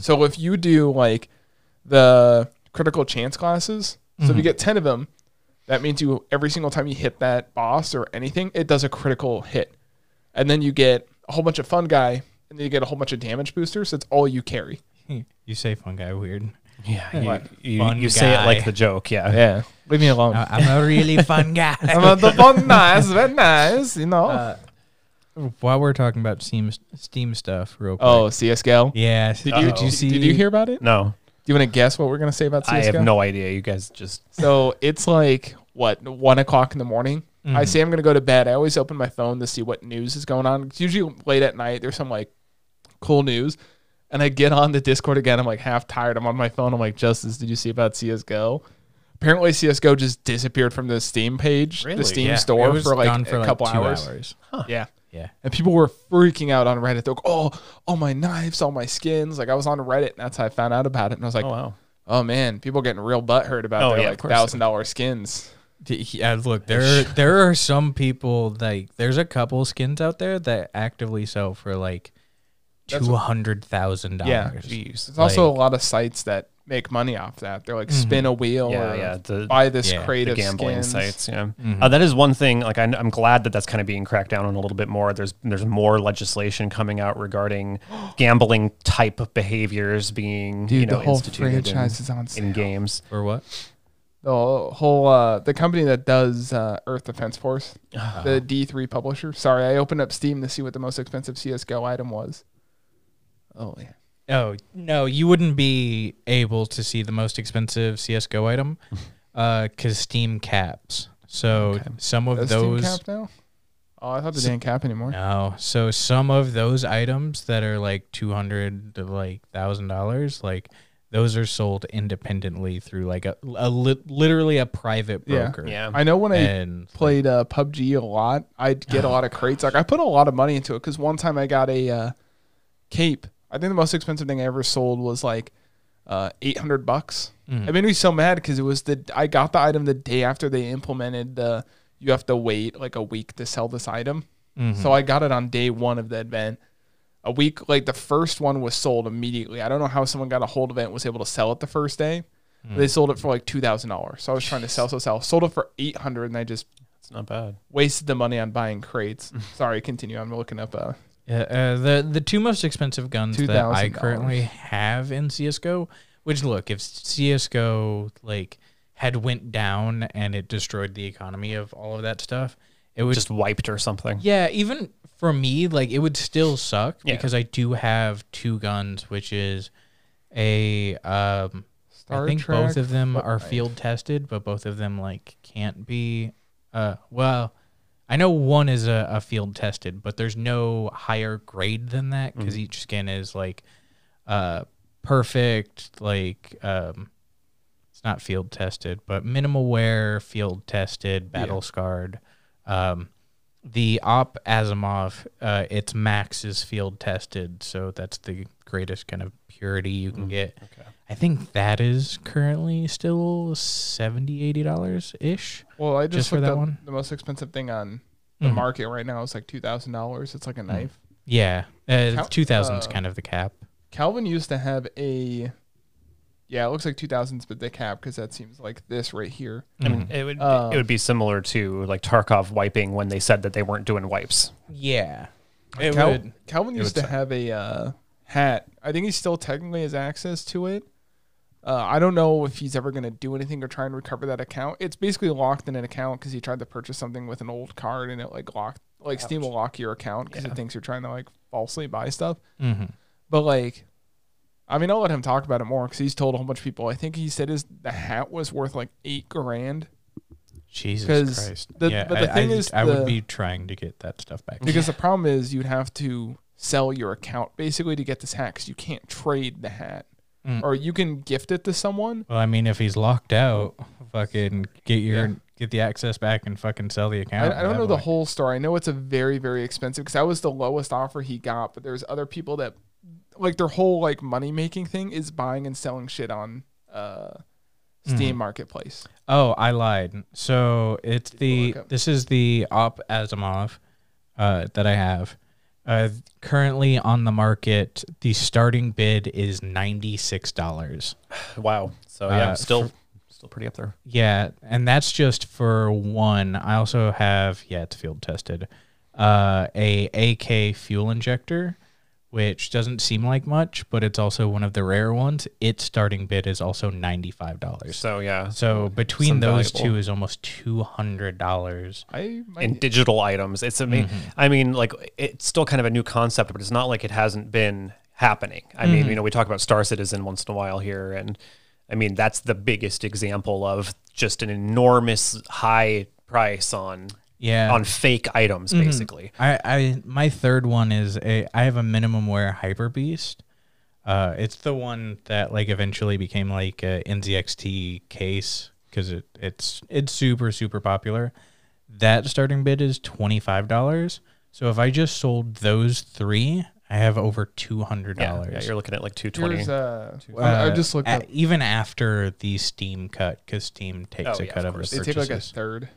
So if you do like the critical chance classes, so if you get ten of them, that means you every single time you hit that boss or anything, it does a critical hit, and then you get a whole bunch of fun guy, and then you get a whole bunch of damage boosters. That's all you carry.
You say fungi weird.
Yeah, you, you,
Fun
you say it like
guy.
the joke, yeah.
Yeah, leave me alone.
I- I'm a really fun guy.
the fun guys, very nice, you know.
While we're talking about Steam, Steam stuff, real quick.
Oh, CSGO.
yeah. Uh, Did
you-
you,
did you
see?
Did you hear about it? Do
No,
you want to guess what we're gonna say about CSGO?
I have no idea. You guys just
So it's like what one o'clock in the morning.
Mm-hmm.
I say I'm gonna go to bed. I always open my phone to see what news is going on. It's usually late at night. There's some like cool news, and I get on the Discord again. I'm like half tired. I'm on my phone. I'm like, Justice, did you see about CS:GO? Apparently, CS:GO just disappeared from the Steam page,
Really?
the Steam
Yeah,
store
it was
for like
gone
a
for, like,
couple
two
hours.
hours.
Yeah.
Yeah.
And people were freaking out on Reddit. They're like, oh, all my knives, all my skins. Like I was on Reddit, and that's how I found out about it. And I was like,
oh wow.
Oh man, people are getting real butthurt about
Oh,
their
yeah,
like
of course.
thousand dollar skins.
D- Yeah, uh, look, there are, there are some people like there's a couple skins out there that actively sell for like
That's-
two hundred thousand
Oh,
dollars.
There's also a lot of sites that make money off that. They're like spin a wheel
Yeah,
or
Mm-hmm. yeah, the-
buy this
yeah, the
creative
the gambling
skins. Mm-hmm.
sites. Yeah, uh, that is one thing. Like, I, I'm glad that that's kind of being cracked down on a little bit more. There's there's more legislation coming out regarding gambling type of behaviors being
Dude,
you know
the whole
instituted in,
franchise is on
in
sale.
games.
Or what?
The whole uh, the company that does uh, Earth Defense Force,
Ah.
the D three publisher. Sorry, I opened up Steam to see what the most expensive CS:GO item was. Oh yeah.
Oh no, you wouldn't be able to see the most expensive CS:GO item because Steam caps. So some of
That's
those.
Steam cap now. Oh, I thought they didn't cap anymore.
No, Oh, so some of those items that are like two hundred to like thousand dollars, like those are sold independently through like a, a lit literally a private
Yeah.
broker.
Yeah.
I know when I
and
played uh, PUBG a lot, I'd get a lot of crates. Like I put a lot of money into it because one time I got a uh, cape. I think the most expensive thing I ever sold was like uh, eight hundred bucks. It made me so mad because it was the I got the item the day after they implemented the you have to wait like a week to sell this item. So I got it on day one of the event. A week like the first one was sold immediately. I don't know how someone got a hold of it and was able to sell it the first day. but They sold it for like two thousand dollars. So I was trying to sell, so sell. Sold it for eight hundred, and I just
It's not bad.
wasted the money on buying crates. Sorry, continue. I'm looking up. Uh,
Uh, uh, the the two most expensive guns that I
$2,000.
currently have in CS:GO. Which look, if CS:GO like had went down and it destroyed the economy of all of that stuff, it would
Just wiped or something.
yeah. Even for me, like it would still suck
Yeah.
because I do have two guns, which is a um.
Star
I think
Trek
both of them are
Fortnite.
field tested, but both of them like can't be. Uh, well, I know one is a, a field tested, but there's no higher grade than that
Mm-hmm.
because each skin is like, uh, perfect. Like, um, it's not field tested, but minimal wear, field tested, battle scarred. Um, the op Asimov, uh, its max is field tested, so that's the greatest kind of purity you
Mm,
can get. I think that is currently still 70 dollars ish.
Well, I just,
Just for
looked
that
up
one?
The most expensive thing on the
Mhm.
market right now is like two thousand dollars. It's like a knife.
Yeah, uh,
How-
two thousand's
uh,
kind of the cap.
Calvin used to have a. Yeah, it looks like two thousands, but the cap because that seems like this right here.
I mean, it would
Uh,
it would be similar to like Tarkov wiping when they said that they weren't doing wipes.
Yeah, it
Cal-
would.
Calvin used to
would
have a uh, hat. I think he still technically has access to it. Uh, I don't know if he's ever going to do anything or try and recover that account. It's basically locked in an account because he tried to purchase something with an old card and it like locked, like Steam will lock your account because it thinks you're trying to like falsely buy stuff.
hmm
But like, I mean, I'll let him talk about it more because he's told a whole bunch of people. I think he said his the hat was worth like eight grand
Jesus
'Cause
Christ.
the-
yeah,
but the
I,
thing
I,
is
I
the-
would be trying to get that stuff back.
because the problem is you'd have to sell your account basically to get this hat because you can't trade the hat.
Mm.
Or you can gift it to someone.
Well, I mean, if he's locked out, fucking get your
Yeah.
get the access back and fucking sell the
I,
account.
I don't know the whole story. I know it's a very, very expensive because that was the lowest offer he got. But there's other people that, like, their whole like money making thing is buying and selling shit on uh, Steam Marketplace.
Oh, I lied. So it's the
look up?
this is the Op Asimov uh, that I have. Uh, currently on the market, the starting bid is ninety six dollars.
Wow. So yeah,
Uh,
still still pretty up there.
Yeah, and that's just for one. I also have yeah, it's field tested. Uh, a AK fuel injector, which doesn't seem like much, but it's also one of the rare ones. Its starting bid is also ninety five dollars.
So yeah.
So between
Some
those
valuable.
two is almost two hundred dollars.
I might,
and digital items. It's I mean,
Mm-hmm.
I mean, like it's still kind of a new concept, but it's not like it hasn't been happening. I mean,
Mm-hmm.
you know, we talk about Star Citizen once in a while here, and I mean that's the biggest example of just an enormous high price on
Yeah.
on fake items,
Mm-hmm.
basically.
I, I my third one is a I have a minimum wear hyper beast. Uh, it's the one that like eventually became like a NZXT case because it it's it's super super popular. That starting bid is twenty five dollars. So if I just sold those three, I have over two hundred
Yeah,
dollars.
yeah, you're looking at like two twenty.
here's uh, I, I just looked up.
even after the Steam cut because Steam takes
Oh,
a
yeah,
cut of,
of course.
the
They take like a
purchases.
third.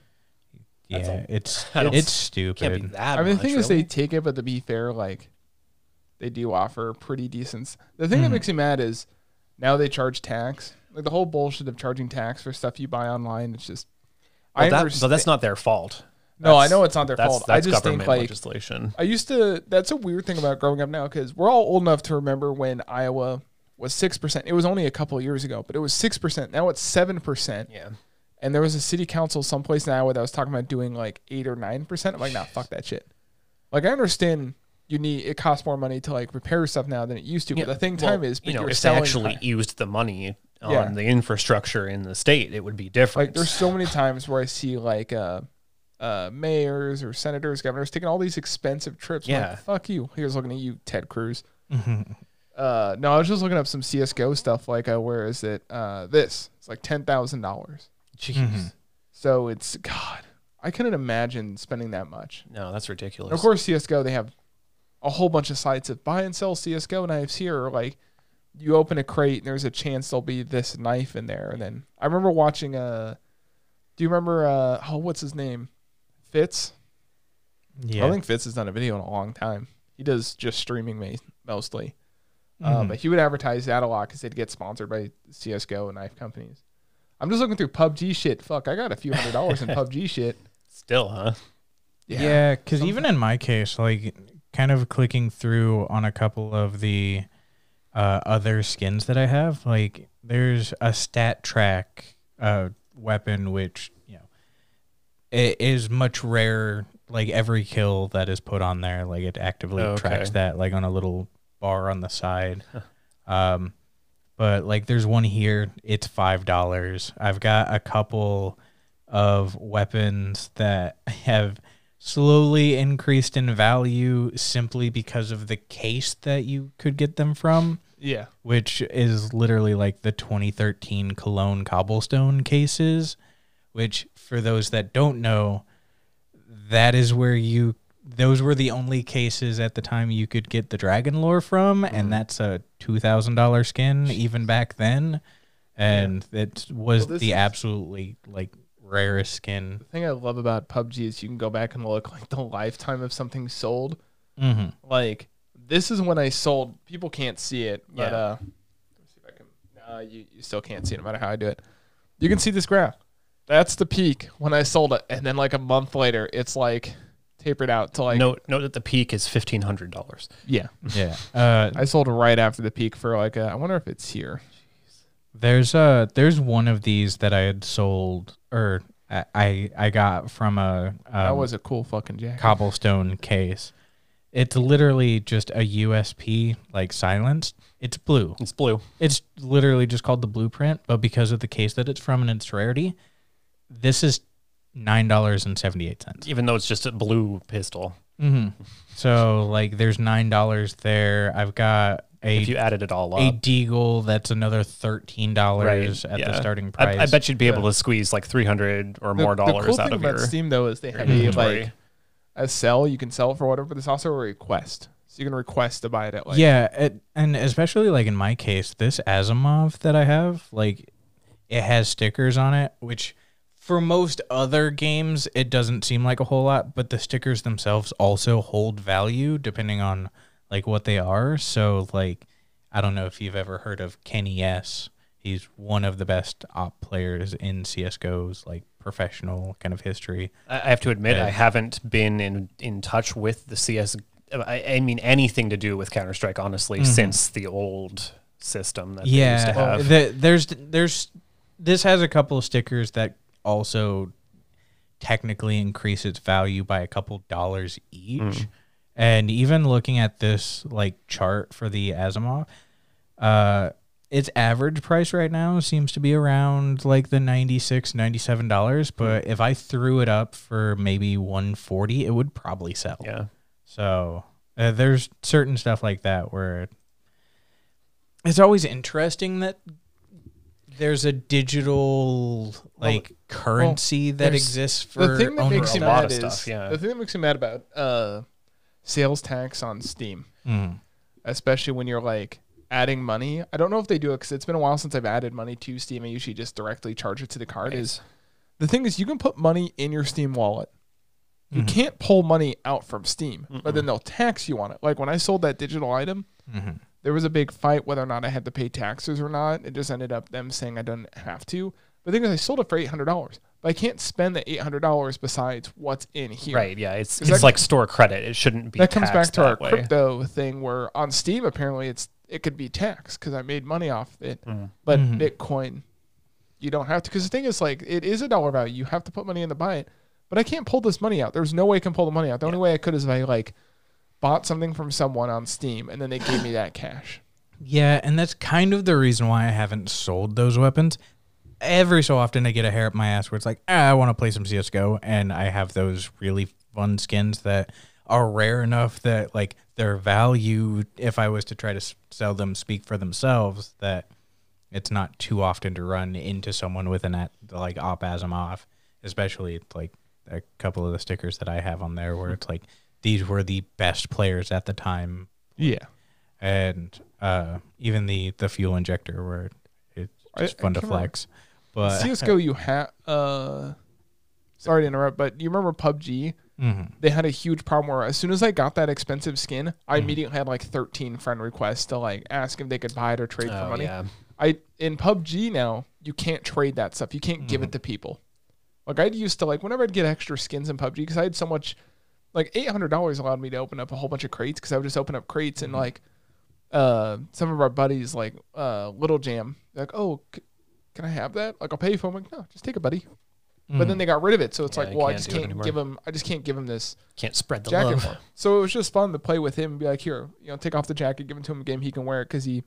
yeah, it's
I don't-
it's stupid.
Can't be that.
I mean, the
much,
thing is,
really.
they take it, but to be fair, like they do offer pretty decent. The thing that
Mm-hmm.
makes me mad is now they charge tax. Like the whole bullshit of charging tax for stuff you buy online. It's just.
Well, that-
understa-
so that's not their fault.
No, I
That's-
know it's not their
that's,
fault.
That's
I just
government
think like
legislation.
I used to. That's a weird thing about growing up now because we're all old enough to remember when Iowa was six percent. It was only a couple of years ago, but it was six percent. Now it's seven percent.
Yeah.
And there was a city council someplace in Iowa that was talking about doing like eight or nine percent. I'm like, nah, fuck that shit. Like I understand you need it costs more money to like repair stuff now than it used to.
Yeah,
But the thing
well,
time is, but
you know,
you're
if they
selling
actually
high-
used the money on
Yeah.
the infrastructure in the state, it would be different.
like there's so many times where I see like uh, uh, mayors or senators, governors taking all these expensive trips. I'm like,
Yeah.
fuck you. Here's looking at you, Ted Cruz. Uh, no, I was just looking up some CS:GO stuff. Like, uh, where is it? Uh, this it's like ten thousand dollars.
Jeez.
Mm-hmm. So it's God. I couldn't imagine spending that much.
No, that's ridiculous.
And of course, CSGO, they have a whole bunch of sites of buy and sell CSGO knives here. Or like, you open a crate and there's a chance there'll be this knife in there. And then I remember watching uh Do you remember, uh, oh, what's his name? Fitz? I
Yeah.
don't think Fitz has done a video in a long time. He does just streaming ma- mostly. Uh, but he would advertise that a lot because they'd get sponsored by CSGO and knife companies. I'm just looking through PUBG shit. Fuck, I got a few hundred dollars in PUBG shit.
Still, huh?
Yeah, because even in my case, like kind of clicking through on a couple of the uh, other skins that I have, like there's a stat track uh, weapon which you know it is much rarer. Like every kill that is put on there, like it actively
Okay.
tracks that, like on a little bar on the side. Um, but like there's one here, it's five dollars. I've got a couple of weapons that have slowly increased in value simply because of the case that you could get them from,
Yeah.
which is literally like the 2013 Cologne cobblestone cases, which for those that don't know, that is where you those were the only cases at the time you could get the dragon lore from
Mm.
and that's a $2000 skin even back then and it was
Well, this
the
is-
absolutely like rarest skin
The thing I love about PUBG is you can go back and look like the lifetime of something sold.
mm-hmm.
Like this is when I sold. People can't see it, but
Yeah.
uh, let me see if I can. No, you, you still can't see it no matter how I do it. You can see this graph. That's the peak when I sold it, and then like a month later, it's like tapered out to like
note note that the peak is fifteen hundred dollars.
yeah.
yeah uh,
I sold right after the peak for like a, I wonder if it's here.
There's a there's one of these that I had sold or I I, I got from a
that
um,
was a cool fucking jacket.
cobblestone case. It's literally just a USP like silenced. It's blue.
It's blue.
It's literally just called the blueprint, but because of the case that it's from and its rarity, this is nine dollars and seventy eight cents.
Even though it's just a blue pistol.
Mm-hmm. So like, there's nine dollars there. I've got a
If you added it all
a
up.
deagle that's another thirteen dollars at
yeah.
the starting
I-
price.
I, bet you'd be able to squeeze like three hundred or more
the,
dollars
the cool
out
thing
of
about
your
Steam though is they have a
inventory.
like a sell you can sell for whatever, but there's also a request, so you can request to buy it at like
yeah, it, and especially like in my case, this Asimov that I have, like, it has stickers on it, which for most other games it doesn't seem like a whole lot, but the stickers themselves also hold value depending on like what they are. So like, I don't know if you've ever heard of Kenny S. He's one of the best op players in CS:GO's like professional kind of history.
I I have to admit, I haven't been in in touch with the CS. I, I mean, anything to do with Counter Strike, honestly,
Mm-hmm.
since the old system that they used to
yeah
have.
the, there's there's this has a couple of stickers that also technically increase its value by a couple dollars each
Mm.
and even looking at this like chart for the asimov uh its average price right now seems to be around like the 96 97 dollars but if i threw it up for maybe 140 it would probably sell
yeah,
so uh, there's certain stuff like that where it's always interesting that there's a digital like currency that
there's-
exists for
the thing that
owning
makes you
stuff.
a lot
mad
of
is
stuff, yeah.
the thing that makes you mad about uh, sales tax on Steam,
Mm.
especially when you're like adding money. I don't know if they do it because it's been a while since I've added money to Steam. I usually just directly charge it to the card. Is the thing is you can put money in your Steam wallet. You can't pull money out from Steam, but then they'll tax you on it. Like when I sold that digital item, there was a big fight whether or not I had to pay taxes or not. It just ended up them saying I didn't have to. But the thing is, I sold it for eight hundred dollars, but I can't spend the eight hundred dollars besides what's in here.
right. Yeah, it's
Is
it's
that-
like store credit. It shouldn't be
That comes back
taxed
to our
that way.
crypto thing, where on Steam apparently it's it could be taxed because I made money off it, but
Mm-hmm.
Bitcoin, you don't have to. Because the thing is, like, it is a dollar value. You have to put money in to buy it, but I can't pull this money out. There's no way I can pull the money out. The only way I could is if I like bought something from someone on Steam and then they gave me that cash.
Yeah, and that's kind of the reason why I haven't sold those weapons. Every so often, I get a hair up my ass where it's like, ah, I want to play some CS:GO, and I have those really fun skins that are rare enough that like their value, if I was to try to s- sell them, speak for themselves. That it's not too often to run into someone with an at, like op off, especially like a couple of the stickers that I have on there where it's like these were the best players at the time
Yeah.
and uh, even the the fuel injector where it's
I-
just
I
fun to
can't remember.
flex. But
CSGO, you have. Uh, sorry to interrupt, but you remember PUBG?
Mm-hmm.
Mhm.
They had a huge problem where as soon as I got that expensive skin,
Mm-hmm.
I immediately had like 13 friend requests to like ask if they could buy it or trade for
Oh,
money.
yeah.
I in PUBG now, you can't trade that stuff. You can't give
Mm-hmm.
it to people. Like I'd used to like whenever I'd get extra skins in PUBG because I had so much. Like eight hundred dollars allowed me to open up a whole bunch of crates because I would just open up crates
Mm-hmm.
and like, uh, some of our buddies like uh Little Jam they're like oh, c- can I have that? Like I'll pay you for. it. I'm like no, just take it, buddy. But then they got rid of it, so it's
Mm. Yeah,
like
you
well I
can't
just
do it
can't
anymore.
give him I just can't give him this
Can't spread the
jacket.
love.
for him. So it was just fun to play with him and be like here you know take off the jacket, give it to him a game he can wear it because he,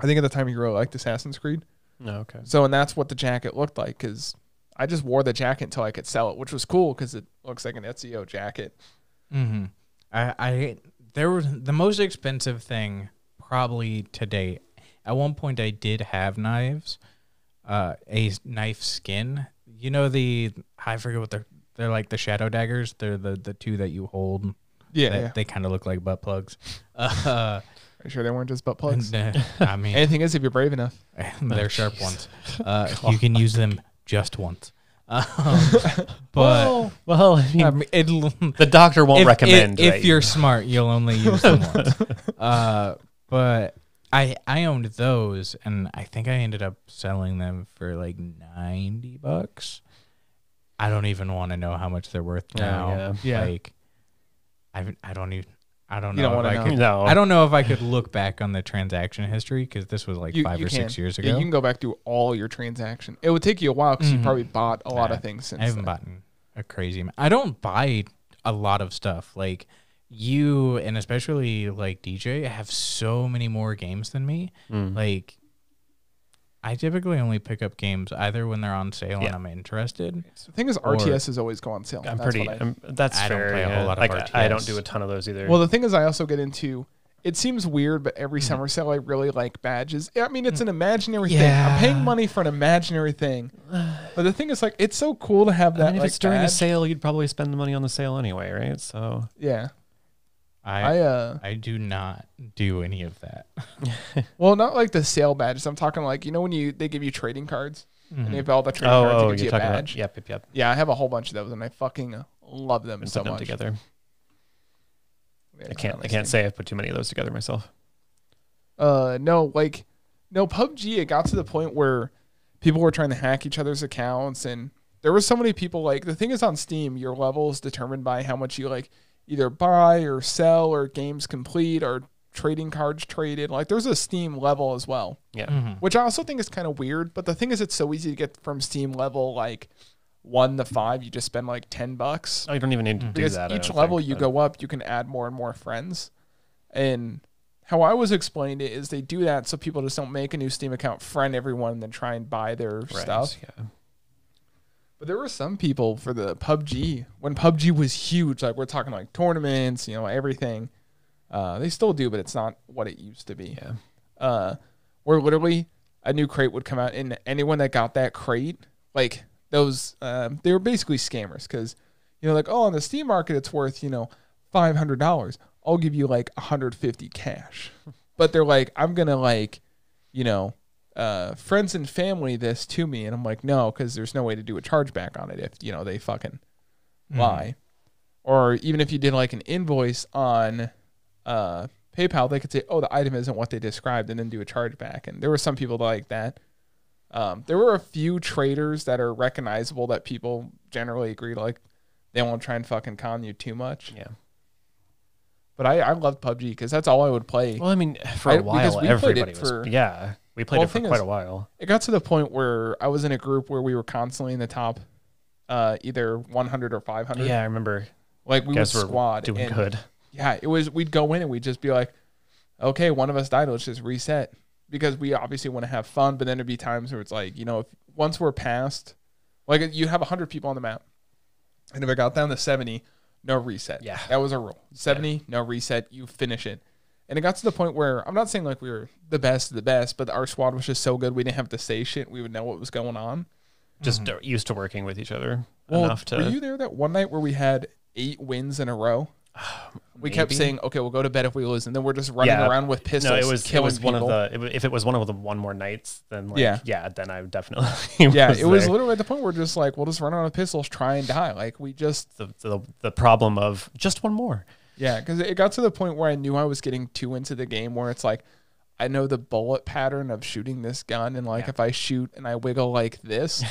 I think at the time he really liked Assassin's Creed.
No,
Oh,
okay.
So, and that's what the jacket looked like because I just wore the jacket until I could sell it, which was cool because it looks like an Ezio jacket.
hmm I, I there was the most expensive thing probably to date. At one point, I did have knives, uh, a s- knife skin. You know the I forget what they're they're like the shadow daggers. They're the the two that you hold.
Yeah.
that, They kind of look like butt plugs. Uh,
Are you sure they weren't just butt plugs?
and, uh, I mean,
Anything is if you're brave enough.
They're sharp ones. Uh, you can use them just once. Um, but
well, well, Oh. I mean,
I mean, it'll,
the doctor won't
if,
recommend
if,
that
if you're smart, you'll only use them once. Uh, but I I owned those, and I think I ended up selling them for like ninety bucks. I don't even want to know how much they're worth
Oh,
now.
yeah. Yeah.
Like, I I don't even I don't
You
know.
don't
if
wanna
I
know.
could-
no,
I don't know if I could look back on the transaction history because this was like
You-
five
you
or six
can.
years ago.
Yeah, you can go back through all your transaction. It would take you a while because
Mhm.
you probably bought a lot
Yeah.
of things since
I
then.
haven't bought a crazy amount. I don't buy a lot of stuff. Like you and especially like DJ have so many more games than me. Like I typically only pick up games either when they're on sale and
Yeah.
I'm interested.
The thing is, RTS is always go on sale.
I'm
That's
pretty.
what I-
I'm, that's
I don't
fair.
play a
yeah.
whole lot of
like, I, I don't
RTS.
do a ton of those either.
Well, the thing is, I also get into. It seems weird, but every
Mm-hmm.
summer sale, I really like badges. I mean,
Mm.
it's an imaginary thing. I'm
Yeah.
paying money for an imaginary thing. But the thing is, like, it's so cool to have that.
I mean, if
like,
it's during a
badge.
sale, you'd probably spend the money on the sale anyway, right? So
yeah.
I
I
I,
uh
do not do any of that.
well not like the sale badges. I'm talking like you know when you they give you trading cards and
Mm-hmm.
they have all the trading
Oh,
cards you get you a badge.
about yep, yep, yep.
Yeah, I have a whole bunch of those and I fucking love them
Been
so
putting them
much.
together.
Yeah,
I
it's
can't.
not
I
nice
can't
thing.
say I've put too many of those together myself.
Uh no, like no PUBG it got to the point where people were trying to hack each other's accounts and there were so many people like the thing is on Steam your level is determined by how much you like either buy or sell or games complete or trading cards traded. Like there's a Steam level as well.
Yeah.
which I also think is kind of weird. But the thing is, it's so easy to get from Steam level like one to five. You just spend like ten bucks
Oh, you don't even need to do
because
that. I
each
don't
level
think,
you
but-
go up, you can add more and more friends. And how I was explained it is they do that so people just don't make a new Steam account, friend everyone, and then try and buy their
right,
stuff.
Yeah.
But there were some people for the PUBG when PUBG was huge. Like we're talking like tournaments, you know, everything. Uh, they still do, but it's not what it used to be
Yeah.
uh, where literally a new crate would come out, and anyone that got that crate, like those, um, they were basically scammers because, you know, like oh, on the Steam market it's worth you know five hundred dollars. I'll give you like hundred fifty cash, but they're like I'm gonna like, you know, uh, friends and family this to me, and I'm like no, because there's no way to do a chargeback on it if you know they fucking lie, or even if you did like an invoice on uh, PayPal, they could say, "Oh, the item isn't what they described," and then do a chargeback. And there were some people like that. Um, there were a few traders that are recognizable that people generally agree like they won't try and fucking con you too much.
Yeah.
But I, I loved PUBG because that's all I would play.
Well, I mean, for
I-
a
because we
while,
played it
everybody was.
for-
yeah, we played
Well,
it for
thing
quite
is-
a while.
It got to the point where I was in a group where we were constantly in the top, uh, either 100 or 500.
Yeah, I remember.
like we would
Guys were
squad
doing
and
good.
Yeah, it was. We'd go in and we'd just be like, okay, one of us died. Let's just reset because we obviously want to have fun. But then there'd be times where it's like, you know, if once we're past, like uh, you have hundred people on the map, and if it got down to seventy, no reset.
Yeah.
that was a rule. Seventy, no reset. You finish it. And it got to the point where I'm not saying like we were the best of the best, but our squad was just so good we didn't have to say shit. We would know what was going on.
Just uh, used to working with each other
Mhm. Well,
enough to.
were you there that one night where we had eight wins in a row? We kept
maybe.
saying, "Okay, we'll go to bed if we lose," and then we're just running
Yeah.
around with pistols,
no, it was it
killing
was one
people.
of the it wa- if it was one of the one more nights then like
Yeah.
yeah, then I would definitely
yeah, it was
there.
literally at the point where we're just like, "We'll just run around with pistols, try and die." Like we just,
the, the the problem of just one more.
yeah, because it got to the point where I knew I was getting too into the game, where it's like, I know the bullet pattern of shooting this gun, and like if I shoot and I wiggle like this,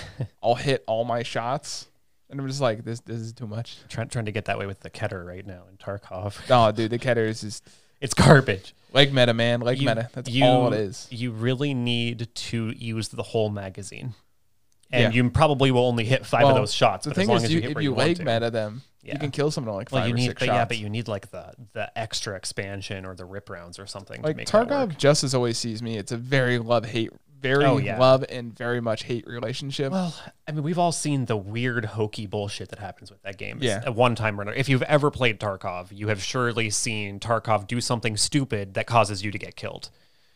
I'll hit all my shots, and I'm just like, "This, this is too much."
Trying trying to get that way with the Keter right now in Tarkov.
Oh, dude, the Ketters is
It's garbage.
like meta, man, like
You-
meta. That's
you-
all it is.
You really need to use the whole magazine, and
Yeah.
you probably will only hit five
Well,
of those shots.
The
But
thing
as long
is,
as
you,
you hit
if
where
you,
want
leg
to.
meta them,
Yeah.
you can kill someone in like five
well, you
or
need,
six
but
shots.
yeah, but you need like the the extra expansion or the rip rounds or something to
like
make that work.
Tarkov just as always sees me. It's a very love hate, very
Oh, yeah.
love and very much hate relationship.
Well, I mean, we've all seen the weird, hokey bullshit that happens with that game. It's
Yeah.
At one time or another, if you've ever played Tarkov, you have surely seen Tarkov do something stupid that causes you to get killed.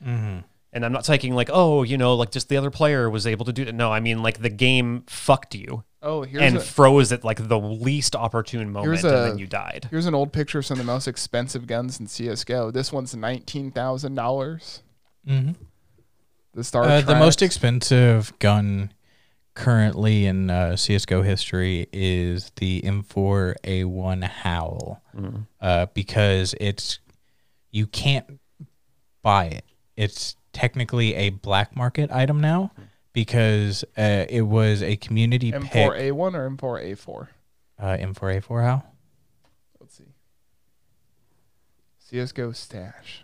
Mm-hmm.
And I'm not talking like, oh, you know, like just the other player was able to do it. No, I mean, like the game fucked you
oh, here's
and
a,
froze at like the least opportune moment,
Here's
and
a-
then you died.
here's an old picture of some of the most expensive guns in CS:GO. This one's nineteen thousand dollars.
Mm-hmm.
The Star
Uh, the
Trax.
most expensive gun currently in uh, CSGO history is the M4A1 Howl uh, because it's you can't buy it. It's technically a black market item now because uh, it was a community pick.
M4A1 or M4A4.
Uh, M4A4 Howl.
Let's see. CS:GO stash.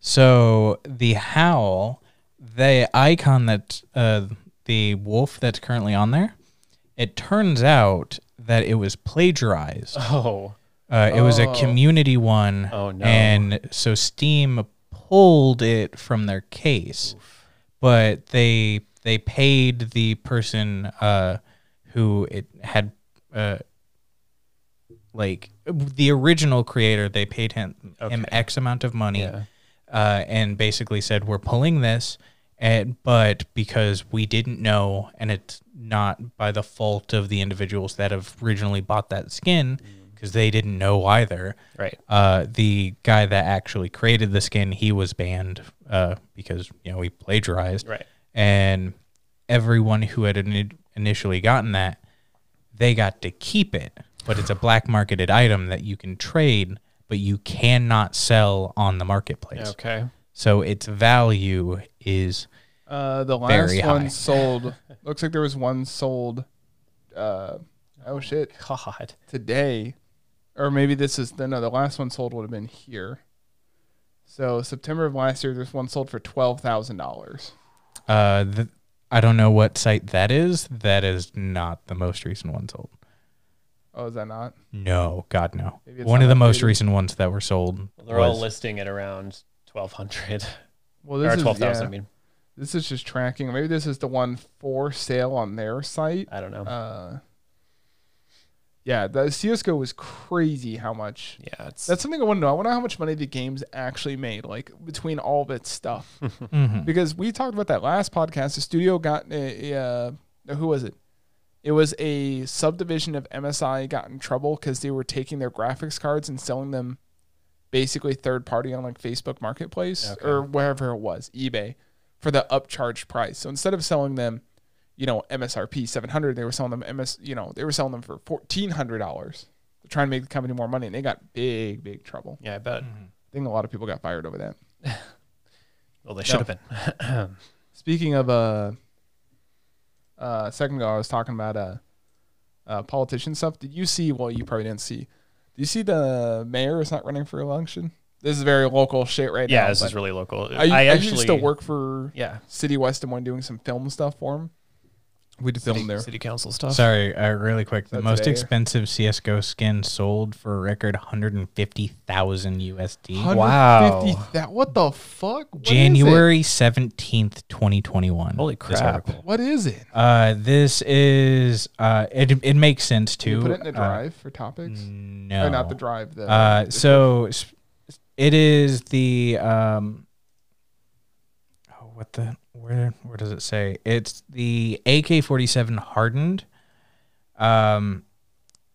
So the howl, the icon that uh, the wolf that's currently on there, it turns out that it was plagiarized.
Oh,
Uh, it was a
Oh.
community one.
Oh, no.
And so Steam pulled it from their case, but they they paid the person uh, who it had. Uh, like the original creator, they paid him him X amount of money,
Yeah.
uh, and basically said we're pulling this, and, but because we didn't know, and it's not by the fault of the individuals that have originally bought that skin, because they didn't know either.
Mm. right.
Uh, the guy that actually created the skin, he was banned uh, because you know he plagiarized,
Right.
and everyone who had ini initially gotten that, they got to keep it. But it's a black marketed item that you can trade, but you cannot sell on the marketplace.
Okay.
So its value is
Uh, the last
Very
one
high.
sold. looks like there was one sold. Uh, oh shit!
God.
today, or maybe this is the no, the last one sold would have been here. So September of last year, there's one sold for twelve thousand dollars.
uh, th- I don't know what site that is. That is not the most recent one sold.
Oh, is that not?
No, God no.
Maybe it's
One
not
of the most
updated.
recent ones that were sold.
They're all
was-
listing at around twelve hundred
Well,
or
this
twelve
is yeah,
thousand. I mean,
this is just tracking. Maybe this is the one for sale on their site.
I don't know.
Uh, yeah, the CS:GO was crazy. How much?
yeah, it's
That's something I want to know. I want to know how much money the games actually made, like between all of its stuff.
Mhm.
because we talked about that last podcast. The studio got a, a, uh, who was it? It was a subdivision of MSI got in trouble because they were taking their graphics cards and selling them basically third party on like Facebook Marketplace
Okay.
or wherever it was, eBay, for the upcharge price. So instead of selling them, you know, MSRP seven hundred, they were selling them MS, you know, they were selling them for fourteen hundred dollars. They're trying to make the company more money, and they got big, big trouble.
yeah, I bet.
I think a lot of people got fired over that.
Well, they should have been.
Speaking of uh, uh, a second ago, I was talking about uh, uh, politician stuff. Did you see? Well, you probably didn't see. Do you see the mayor is not running for election? This is very local shit right now.
Yeah, this
but
is really local.
I,
I
I
actually
used to work for
Yeah.
City West Des Moines doing some film stuff for him. We did film there.
City council stuff.
Sorry, uh, really quick. The
That's
most
today.
expensive CS:GO skin sold for a record 150,000 USD.
Wow.
150 That what the fuck? What is it?
January 17th, 2021.
Holy
This
crap.
article.
What is it?
Uh, this is uh, it. It makes sense
Do
too.
you put it in the
Uh,
drive for topics?
no,
Or not the drive. The
Uh, so s- it is the um. Oh, what the where where does it say? It's the AK forty seven hardened. Um,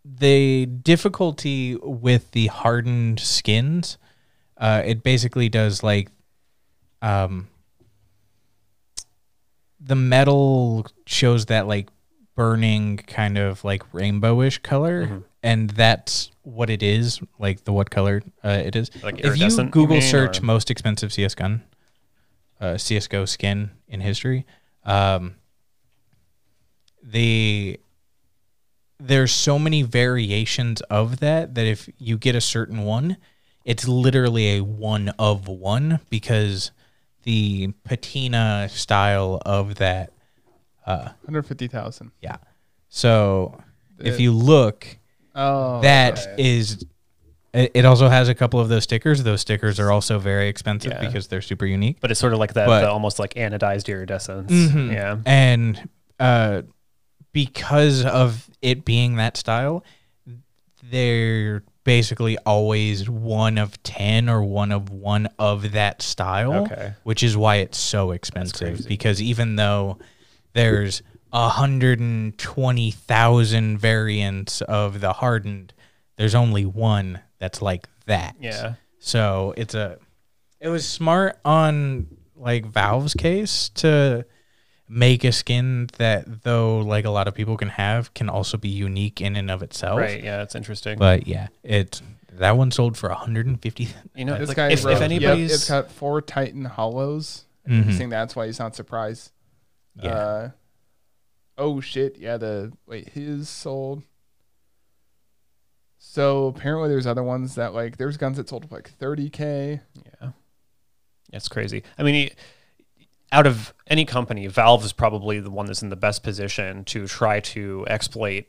the difficulty with the hardened skins, uh, it basically does like, um, the metal shows that like burning kind of like rainbowish color
Mm-hmm.
and that's what it is like the what color uh, it is
Like
if you
iridescent, you
google
mean,
search
or-
most expensive cs gun uh, csgo skin in history um, the there's so many variations of that that if you get a certain one, it's literally a one of one because the patina style of that.
150,000.
Yeah. So if
That-
you look,
Oh.
that is. It it also has a couple of those stickers. Those stickers are also very expensive
Yeah.
because they're super unique.
but it's sort of like that,
But-
the almost like anodized iridescence.
Mm-hmm.
Yeah.
and uh, because of it being that style, they're basically always one of ten or one of one of that style,
Okay.
which is why it's so expensive. Because even though there's hundred and twenty thousand variants of the hardened, there's only one that's like that.
Yeah.
So it's a it was smart on like Valve's case to make a skin that though like a lot of people can have can also be unique in and of itself.
Right. Yeah. It's interesting.
But yeah, it that one sold for 150.
you know,
This
uh,
like,
guy
if,
wrote,
if
yep,
anybody's
it's got four Titan hollows.
Mhm.
I think that's why he's not surprised.
Yeah.
Uh, oh shit! Yeah, the wait, his sold. So apparently, there's other ones that like there's guns that sold for like 30k.
Yeah. That's crazy. I mean, y- out of any company, Valve is probably the one that's in the best position to try to exploit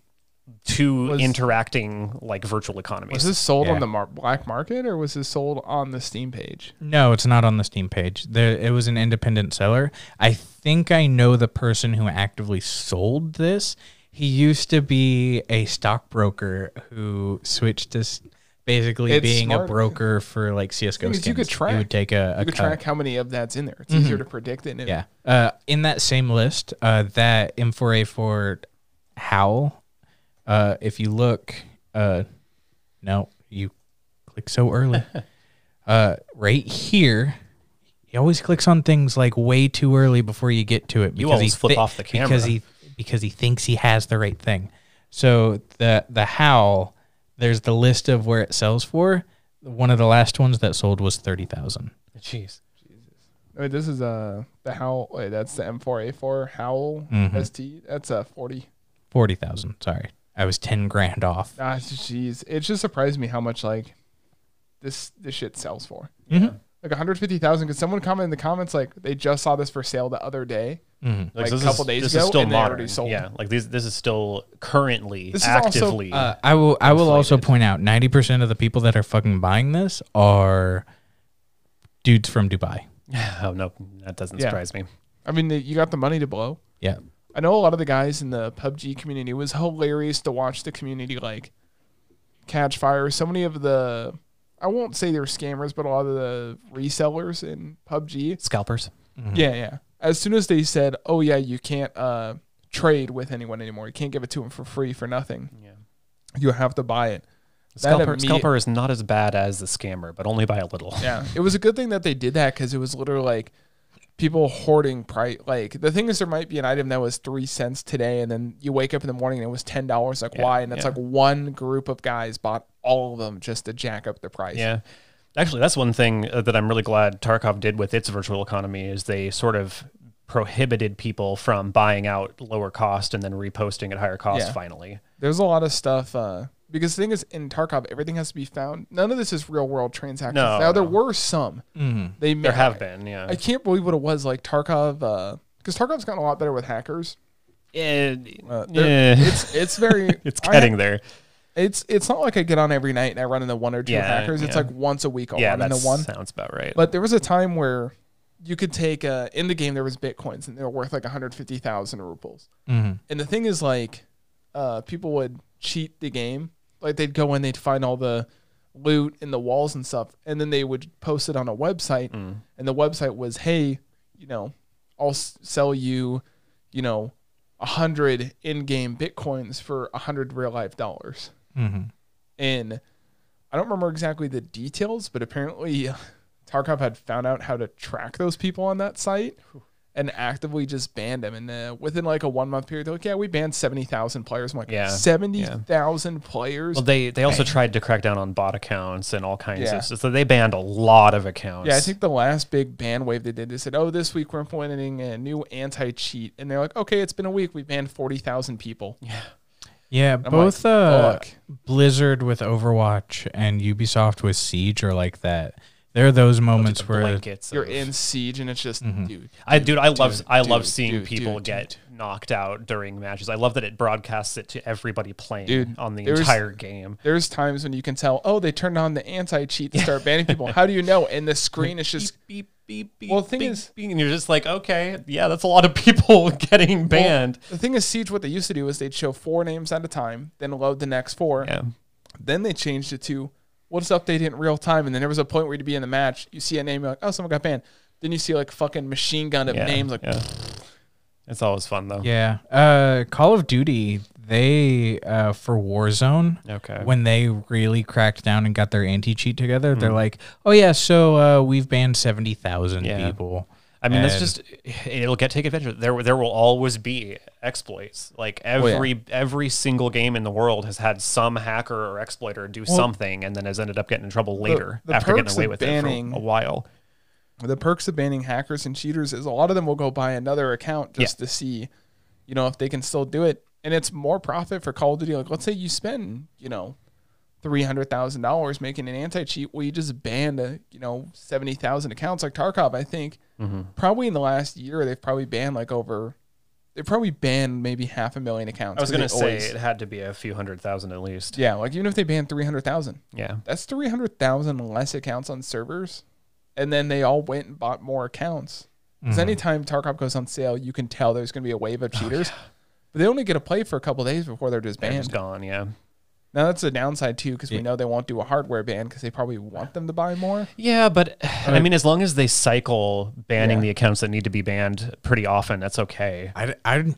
two
Was-
interacting like virtual
Was
economies.
this sold
Yeah.
on the mar- black market or was this sold on the Steam page?
No, it's not on the Steam page. There it was an independent seller. I think I know the person who actively sold this. He used to be a stockbroker who switched to s- basically
It's
being a
smart.
broker for like CS:GO
Because
skins.
you could
He
track-
would take a, a
You could
cut.
track how many of that's in there. It's easier to predict it. And
Yeah. Uh, in that same list, uh, that M4A4 Howl, uh, if you look, uh, no, you click so early. uh, right here, he always clicks on things like way too early before you get to it.
You
he
always flip off the
Because
camera.
he, because he thinks he has the right thing. So the, the Howl, there's the list of where it sells for. One of the last ones that sold was 30,000.
Jeez.
Wait, this is uh the howl. Wait, that's the M4A4 howl ST. That's a 40.
40,000, sorry. I was 10 grand off.
Ah, jeez. It just surprised me how much like this this shit sells for.
Mhm.
Like 150,000. Because someone commented in the comments like they just saw this for sale the other day. Like,
this
a couple
is,
days
this
ago,
is still
and they already
modern.
sold.
Yeah, like this. This is still currently
This is also,
actively.
Uh, I will. I will also point out ninety percent of the people that are fucking buying this are dudes from Dubai.
oh no, that doesn't
Yeah.
surprise me.
I mean, you got the money to blow.
Yeah.
I know a lot of the guys in the PUBG community. It was hilarious to watch the community like catch fire. So many of the I won't say they're scammers, but a lot of the resellers in PUBG.
Scalpers.
Yeah, yeah. As soon as they said, "Oh yeah, you can't uh, trade with anyone anymore. You can't give it to them for free for nothing.
Yeah.
You have to buy it." That
Scalper,
immediate-
scalper is not as bad as the scammer, but only by a little.
Yeah, it was a good thing that they did that because it was literally like people hoarding price. Like the thing is, there might be an item that was three cents today, and then you wake up in the morning and it was ten dollars. Like
Yeah,
why? And it's
yeah.
like one group of guys bought all of them just to jack up the price.
Yeah. Actually, that's one thing uh, that I'm really glad Tarkov did with its virtual economy is they sort of prohibited people from buying out lower cost and then reposting at higher cost
Yeah.
finally.
there's a lot of stuff. Uh, because the thing is, in Tarkov, everything has to be found. None of this is real world transactions.
No,
now there
no. Mm-hmm.
were some. They
There have been, yeah.
uh, I can't believe what it was like Tarkov, because Tarkov's gotten a lot better with hackers.
eh,
Uh,
eh.
they're- It's it's very
it's
I-
getting there.
It's it's not like I get on every night and I run into one or two
Yeah,
hackers. It's
yeah.
like once a week I'll
Yeah,
run
that
into Oh, one.
sounds about right.
But there was a time where you could take uh, in the game there was bitcoins and they were worth like 150,000 rubles.
Mm-hmm.
Mhm.
And the thing is like uh, people would cheat the game. Like they'd go in, they'd find all the loot in the walls and stuff, and then they would post it on a website. And the website was, hey, you know, I'll s- sell you, you know, a hundred in-game bitcoins for a hundred real life dollars
Mhm.
and I don't remember exactly the details, but apparently Tarkov had found out how to track those people on that site and actively just banned them. And uh, within like a one month period, they're like, yeah, we banned 70,000 players. I'm like,
Yeah, yeah.
70,000 players?
well, they they also tried to crack down on bot accounts and all kinds
Yeah.
of stuff. So they banned a lot of accounts.
yeah, I think the last big ban wave they did, they said, oh, this week we're implementing a new anti cheat. And they're like, okay, it's been a week. We banned 40,000 people.
Yeah,
like,
both uh,
fuck.
Blizzard with Overwatch and Ubisoft with Siege are like that. There are those moments
The
where
blankets.
You're
of-
in siege, and it's just,
Mm-hmm.
dude.
I dude, I love I love
dude,
seeing
dude,
people
dude,
get knocked out during matches. I love that it broadcasts it to everybody playing
Dude,
on the
there's-
entire game.
there's times when you can tell, oh, they turned on the anti cheat to start banning people. How do you know? And the screen is just
beep beep beep.
Well, the thing
beep,
is-
beep, and you're just like, okay, yeah, that's a lot of people getting banned.
The thing is, Siege, what they used to do is they'd show four names at a time, then load the next four.
yeah.
Then they changed it to, we'll just update it in real time. And then there was a point where you'd be in the match, you see a name, you're like, oh, someone got banned. Then you see like fucking machine gun of
yeah,
names, like,
yeah. it's always fun though.
Yeah. Uh, Call of Duty, they, uh, for Warzone,
Okay.
when they really cracked down and got their anti cheat together,
Hmm.
they're like, oh, yeah, so uh, we've banned 70,000
Yeah.
people.
I mean, that's
And-
just it'll get take advantage. of it. There, there will always be exploits. Like
yeah.
every every single game in the world has had some hacker or exploiter do something, and then has ended up getting in trouble later
the
after getting
perks
away
of
with it
banning-
for a while.
the perks of banning hackers and cheaters is a lot of them will go buy another account just to see, you know, if they can still do it. And it's more profit for Call of Duty. Like, let's say you spend, you know, three hundred thousand dollars making an anti cheat. Well, you just banned, a, you know, seventy thousand accounts. Like Tarkov, I think,
Mm-hmm.
probably in the last year they've probably banned like over, they probably banned maybe half a million accounts.
I was
'cause
gonna
they
say
always-
it had to be a few hundred thousand at least.
yeah, like even if they banned three hundred thousand,
Yeah.
that's 300,000 less accounts on servers. And then they all went and bought more accounts. Because anytime Tarkov goes on sale, you can tell there's going to be a wave of cheaters. But they only get to play for a couple days before Oh, they're just
They're
banned.
just gone. Yeah.
now, that's a downside, too, because we know they won't do a hardware ban because they probably want them to buy more.
Yeah, but I mean, as long as they cycle banning
Yeah.
the accounts that need to be banned pretty often, that's okay.
I, I,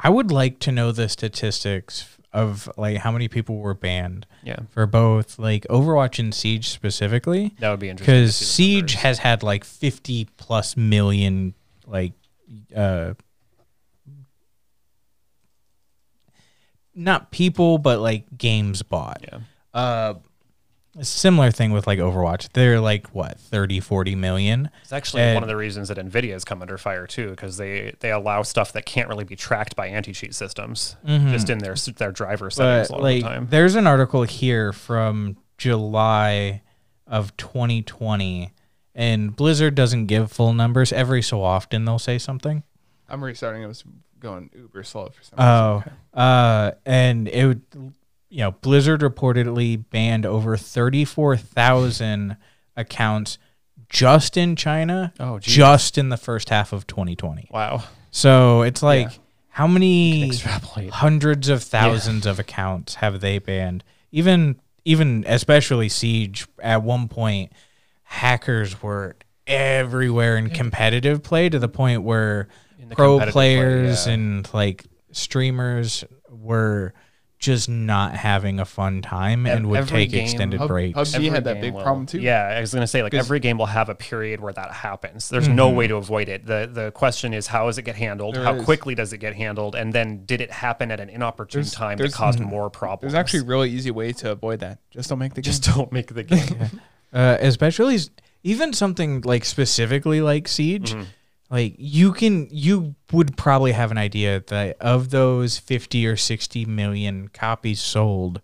I would like to know the statistics of like how many people were banned
Yeah.
for both like Overwatch and Siege specifically.
That would be interesting. to
because
see the
Siege
numbers.
has had like 50 plus million like uh not people but like games bought.
Yeah.
Uh a similar thing with like Overwatch. They're like what 30 40 million.
It's actually
And-
one of the reasons that Nvidia has come under fire too, because they they allow stuff that can't really be tracked by anti cheat systems just in their s- their driver settings
Mm-hmm. But
a lot
like
of the time.
there's an article here from July of 2020 and Blizzard doesn't give full numbers. Every so often they'll say something.
I'm restarting. It was going uber slow for some
Oh, uh, and it would, you know, Blizzard reportedly banned over 34,000 accounts just in China,
Oh, geez.
just in the first half of 2020.
Wow,
So it's like, how many
extrapolate.
hundreds of thousands of accounts have they banned? Even, even especially Siege, at one point, hackers were everywhere in competitive play to the point where
the
pro
competitive play,
players
yeah.
and like streamers were just not having a fun time and would
every
take
game
extended
Pub-
breaks.
PUBG
Every
had that
game
big
will.
problem, too.
Yeah, I was gonna say like every game will have a period where that happens. There's
Mm-hmm.
no way to avoid it. the The question is how does it get handled?
There
how
is.
quickly does it get handled? And then did it happen at an inopportune time
there's-
that caused more problems?
There's actually a really easy way to avoid that. Just don't make the
just
game.
don't make the game.
uh, especially s- even something like specifically like siege
Mm-hmm.
like you can you would probably have an idea that of those 50 or 60 million copies sold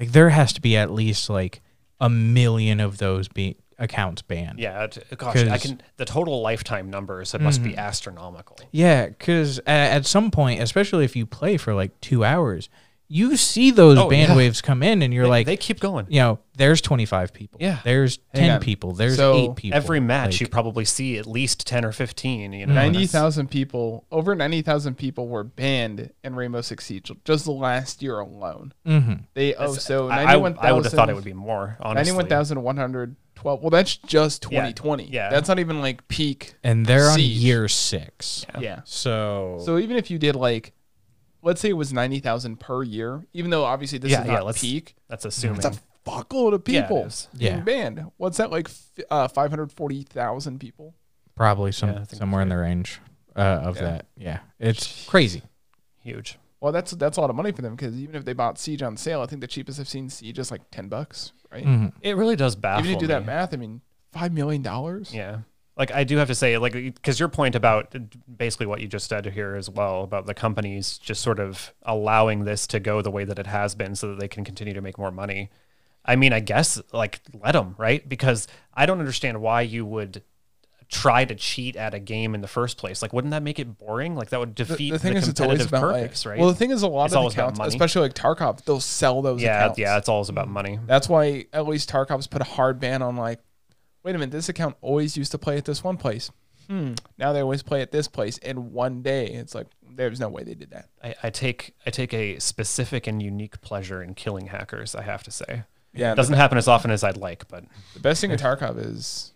like there has to be at least like a million of those be accounts banned.
Yeah, it, gosh, I
'Cause- Mm-hmm.
can. The total lifetime numbers it must be astronomical.
Yeah, because at some point, especially if you play for like two hours, you see those
Oh,
band
yeah.
waves come in, and you're like,
they keep going.
you know, there's 25 people.
Yeah.
There's
Hang
10
on.
people. There's
So,
eight people.
Every match,
Like,
you probably see at least ten or fifteen. You know, and
Ninety
it's-
thousand people, over ninety thousand people were banned in Rainbow Six Siege just the last year alone. Mm-hmm. They oh so
I- I,
ninety one thousand.
I would have thought it would be more. Honestly,
ninety-one thousand one hundred twelve. Well, that's just twenty twenty.
Yeah.
that's not even like peak.
and they're on
Siege.
year six.
Yeah.
So,
So even if you did like, let's say it was ninety thousand per year, even though obviously this
Yeah,
is
yeah,
not
let's-
peak,
That's assuming.
it's a fuckload of
Yeah, it
people
is.
being
Yeah.
banned. What's that like? f- Uh, Five hundred forty thousand people.
probably some
Yeah, I think that's
somewhere in the range uh, of that. Yeah. It's crazy.
Huge.
Well, that's that's a lot of money for them because even if they bought Siege on sale, I think the cheapest I've seen Siege is like ten bucks, right?
It really does baffle
Even if you do
me.
that math, I mean, five million dollars.
Yeah. Like I do have to say, like, because your point about basically what you just said here as well about the companies just sort of allowing this to go the way that it has been, so that they can continue to make more money. I mean, I guess like let them, right? Because I don't understand why you would try to cheat at a game in the first place. Like, wouldn't that make it boring? Like that would
The,
defeat
the thing is, it's always
competitive
about like-
purpose, right?
Well, the thing is, a lot
It's
of
always about
accounts,
money.
especially like Tarkov, they'll sell those
yeah,
accounts. Mm.
yeah, it's always about money.
That's why at least Tarkov's put a hard ban on like, wait a minute, this account always used to play at this one place. Hmm. Now they always play at this place in one day. It's like there's no way they did that.
I, I take I take a specific and unique pleasure in killing hackers. I have to say,
Yeah.
it doesn't happen as often as I'd like, but
The best thing with Tarkov is,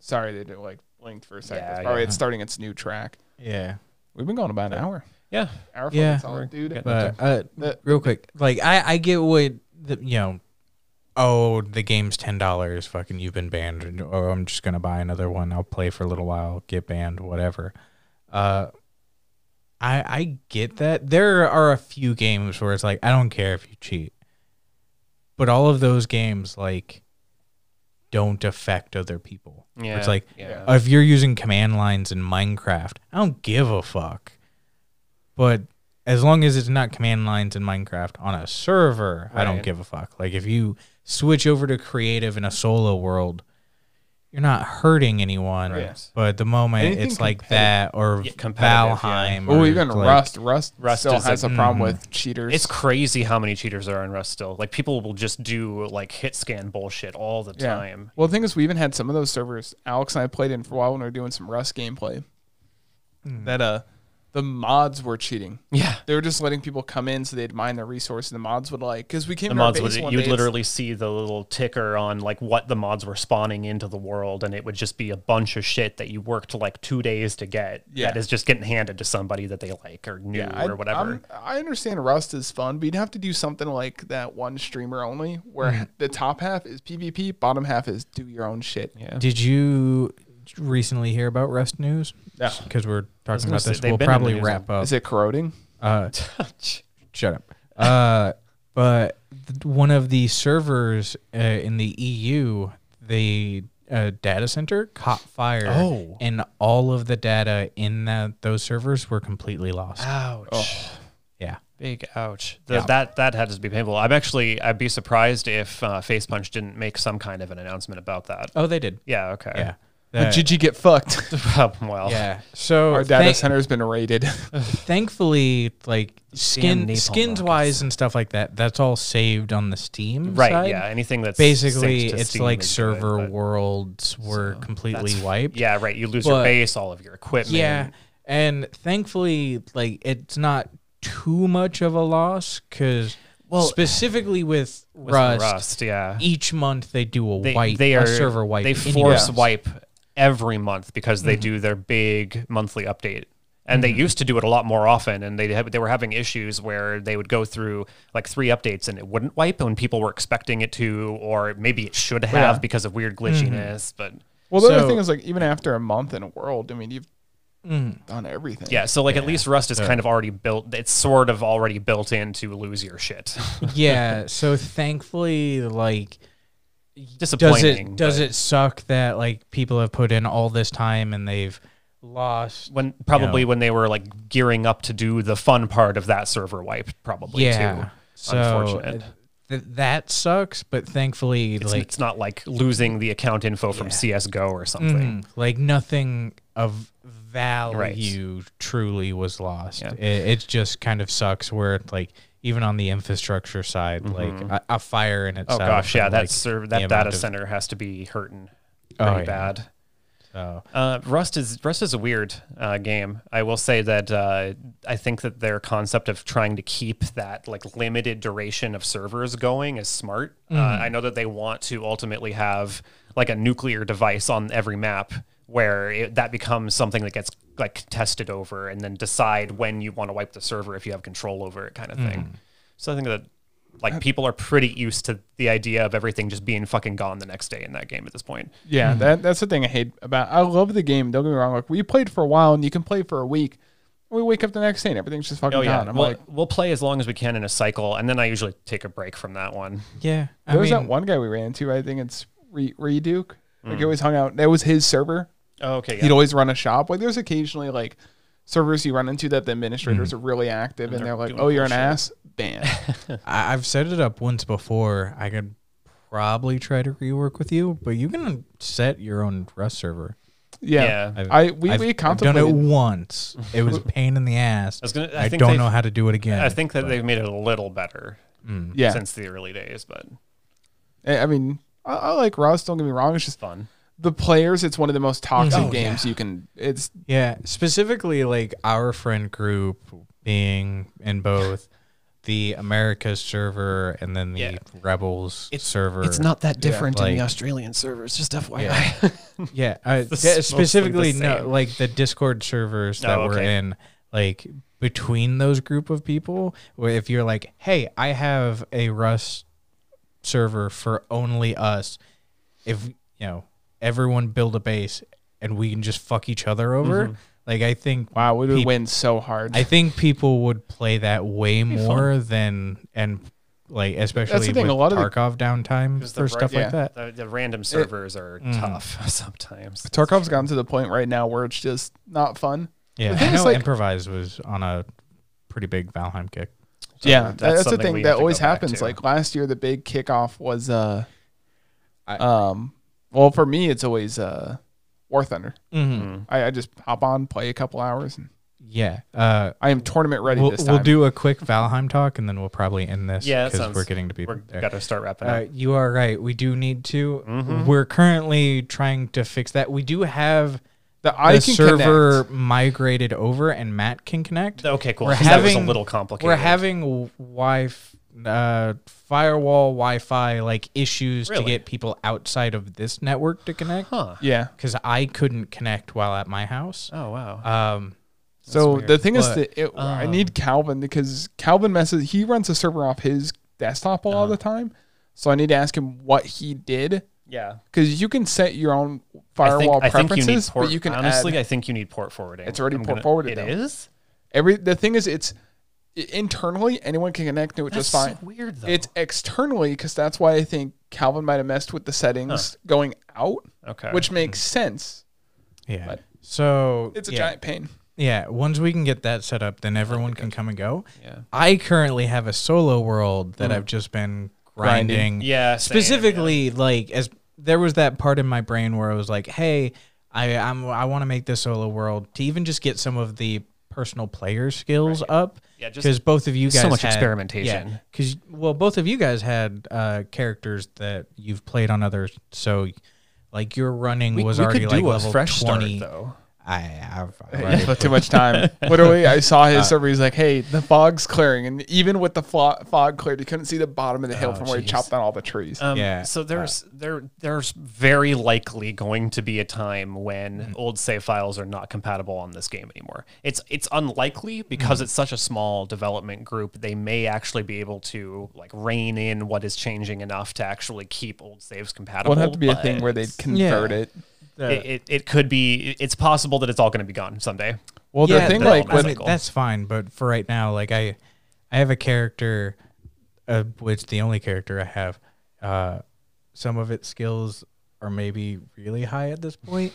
sorry, they did like blinked for a second.
Yeah,
It's probably
yeah.
it's starting its new track.
Yeah.
We've been going about an hour.
yeah,
Hour
Yeah.
yeah, solid, dude.
But uh,
The-
real quick, like I, I get what the, you know. Oh, the game's ten dollars. Fucking, you've been banned. and- Or I'm just gonna buy another one. I'll play for a little while, get banned, whatever. Uh, I I get that. There are a few games where it's like I don't care if you cheat, but all of those games like don't affect other people.
yeah.
It's like
yeah.
Uh, if you're using command lines in Minecraft, I don't give a fuck. But as long as it's not command lines in Minecraft on a server, I don't
Right.
give a fuck. Like if you switch over to creative in a solo world, you're not hurting anyone.
Right.
But the moment
Anything
it's like
competitive.
that or
Yeah, competitive,
Valheim,
Oh,
or
even
like-
Rust. Rust.
Rust
still
is
has
like- mm-hmm.
a problem with cheaters.
It's crazy how many cheaters there are in Rust still. Like people will just do like hit scan bullshit all the time.
Well, the thing is, we even had some of those servers. Alex and I played in for a while when we were doing some Rust gameplay. That uh, the mods were cheating.
Mm. Yeah.
They were just letting people come in so they'd mine their resource, and the mods would like because we came.
The
to our
mods
base
would
one
you'd
day, it's-
literally see the little ticker on like what the mods were spawning into the world and it would just be a bunch of shit that you worked like 2 days to get
Yeah.
that is just getting handed to somebody that they like or knew
Yeah, I-
or whatever.
I'm- I understand Rust is fun, but you'd have to do something like that one streamer only,
Mm-hmm.
where the top half is PvP, bottom half is do your own shit.
yeah.
Did you recently hear about Rust news?
No.
Because we're talking
gonna
about
say,
this.
they've
We'll
been in the
probably
news.
wrap up.
Is it corroding?
Uh, shut up. Uh, but th- one of the servers uh, in the EU, the uh, data center caught fire,
Oh.
and all of the data in that those servers were completely lost. Oh.
Ouch.
Yeah,
Big ouch. Th- That that had to be painful. I'm actually I'd be surprised if uh, Face Punch didn't make some kind of an announcement about that.
oh, they did.
Yeah, okay.
Yeah,
But
That-
Gigi get fucked.
well,
yeah. So
Our data
thank-
center's been raided.
thankfully, like skin
napalm
skins wise and stuff like that, that's all saved on the Steam
right.
side.
Yeah, anything that's
Basically,
synced to
it's
Steam
like
is good,
server
but
worlds were completely
that's-
wiped.
Yeah, right. You lose
But-
your base, all of your equipment.
Yeah, and thankfully, like it's not too much of a loss because specifically with,
with
Rust,
Rust. Yeah,
each month they do a
they,
wipe,
they are
a server wipe.
They
in Mm-hmm.
force
Rust.
wipe every month because they do their big monthly update.
Mm-hmm.
And they used to do it a lot more often, and they had- they were having issues where they would go through like three updates and it wouldn't wipe when people were expecting it to, or maybe it should have because of weird glitchiness.
Mm-hmm.
But
Well, the
So-
other thing is like even after a month in a world, I mean, you've done everything.
Mm. yeah, so like at least Rust is kind of already built. It's sort of already built in to lose your shit.
yeah, so thankfully, like does
Disappointing.
it does
but-
it suck that like people have put in all this time and they've lost?
when probably when they were like gearing up to do the fun part of that server wipe probably
yeah,
too.
so
Unfortunate.
uh, th- that sucks. But thankfully,
It's,
like
it's not like losing the account info from CSGO or something.
Mm, like nothing of value truly was lost.
Yeah.
It, it just kind of sucks where like even on the infrastructure side, like a, a fire in
Mm-hmm. Oh
itself.
gosh, yeah,
and,
that
like,
serv-
the
that
amount
data
of-
center has to be hurting
Oh,
pretty
yeah.
bad.
so-
Uh, Rust is Rust is a weird uh, game. I will say that uh, I think that their concept of trying to keep that like limited duration of servers going is smart. Uh, I know that they want to ultimately have like a nuclear device on every map where it, that becomes something that gets like tested over and then decide when you want to wipe the server if you have control over it kind of thing. So I think that like people are pretty used to the idea of everything just being fucking gone the next day in that game at this point.
Yeah, that that's the thing I hate about. I love the game. Don't get me wrong. Like we played for a while, and you can play for a week. We wake up the next day, and everything's just fucking
Oh yeah,
gone. I'm
we'll,
like,
we'll play as long as we can in a cycle, and then I usually take a break from that one.
yeah. I
there was
mean,
that one guy we ran into. I think it's Re- Reduke. Like he always hung out. That was his server.
Oh, okay,
He'd always run a shop. Like there's occasionally like servers you run into that the administrators are really active, and, they're, like,
doing
"Oh, you're an
bullshit."
ass." Bam.
I, I've set it up once before. I could probably try to rework with you, but you can set your own Rust server.
yeah.
Yeah.
I we
I've-
we
I've done it
contemplated.
once. It was a pain in the ass.
was gonna- I
I
think
don't
they've-
know how to do it again.
I think that
but-
they've made it a little better
yeah.
since the early days, but
I I mean, I, I like Rust. Don't get me wrong. It's just
fun.
the players. It's one of the most toxic
Oh,
games you can. It's
Yeah, specifically like our friend group being in both the Americas server and then the
Yeah.
Rebels server.
that
different
in the like-
Australian servers, just FYI.
Yeah, uh,
It's
yeah,
mostly the
specifically no,
same.
like the Discord servers that
Oh,
we're
okay.
in, like between those group of people, where if you're like, hey, I have a Rust server for only us, if you know everyone build a base and we can just fuck each other
Mm-hmm.
over, like I think
wow. We would
Peop-
win so hard.
I think people would play that way more than and like especially
thing,
with
a lot of the-
Tarkov downtime for stuff
yeah.
like that.
The, the random servers are tough sometimes.
uh, mm. Tarkov's gotten to the point right now where it's just not fun.
Yeah,
The thing
I
is,
know
like-
improvise was on a pretty big Valheim kick.
yeah,
that's
that- that's, the
something
thing
we
that
have to
always
go back
happens.
to.
Like last year, the big kickoff was uh, um, well for me it's always uh, War Thunder.
Mm-hmm. Hmm.
I, I just hop on, play a couple hours, and
Yeah, uh,
I am tournament ready
we'll
this time.
we'll do a quick Valheim talk and then we'll probably end this.
Yeah, that sounds-
we're getting to be
We're
there.
got Mm-hmm. to start wrapping
Uh,
up.
you are right. We do need to. We're currently trying to fix that. We do have
the
the
I can
server
connect.
migrated over, and Matt can connect.
Okay, cool.
we're
'cause that was a
having-
little complicated.
we're having w- wi uh, firewall Wi-Fi like issues
Really?
to get people outside of this network to connect.
huh?
Yeah.
Because I couldn't connect while at my house.
Oh wow.
Um,
So the thing is
But,
that it,
um,
I need Calvin because Calvin messes. He runs a server off his desktop a
Uh-huh.
lot of the time, so I need to ask him what he did
yeah.
because you can set your own
I think,
firewall
I think you
preferences,
need port.
but you can
honestly,
add,
I think you need port forwarding.
It's already
I'm
port
gonna-
forwarded,
It
though.
is.
every. The thing is, it's i- internally anyone can connect to it
That's
just fine.
so weird though.
It's externally because that's why I think Calvin might have messed with the settings going out,
okay.
which makes sense.
yeah.
But-
so
It's a
yeah,
giant pain.
Yeah. Once we can get that set up, then everyone can come and go.
Yeah.
I currently have a solo world that I've just been
Grinding.
grinding.
Yeah, same, yeah.
Specifically, like as there was that part in my brain where I was like, "Hey, I I'm, I want to make this solo world to even just get some of the personal player skills up."
Yeah, just-
because both of you guys
so much
had-
experimentation.
Yeah, because well, both of you guys had uh, characters that you've played on others, so like your running was already like level twenty.
though.
I have
But too much time. Literally, I saw
Uh,
his server. He's like, "Hey, the fog's clearing," and even with the flo- fog cleared, you couldn't see the bottom of the hill from where he
Oh, jeez.
chopped down all the trees.
Um,
Yeah,
So there's there there's very likely going to be a time when
Hmm.
old save files are not compatible on this game anymore. It's it's unlikely
Hmm.
because it's such a small development group. They may actually be able to like rein in what is changing enough to actually keep old saves compatible.
Would have to be a thing
but
where uh, they'd convert
Yeah.
it.
It, it, it could be. It's possible that it's all going to be gone someday.
Well, the thing
they're
like
all
with
I mean,
Michael.
that's fine, but for right now, like I, I have a character, uh, which the only character I have, uh, some of its skills are maybe really high at this point.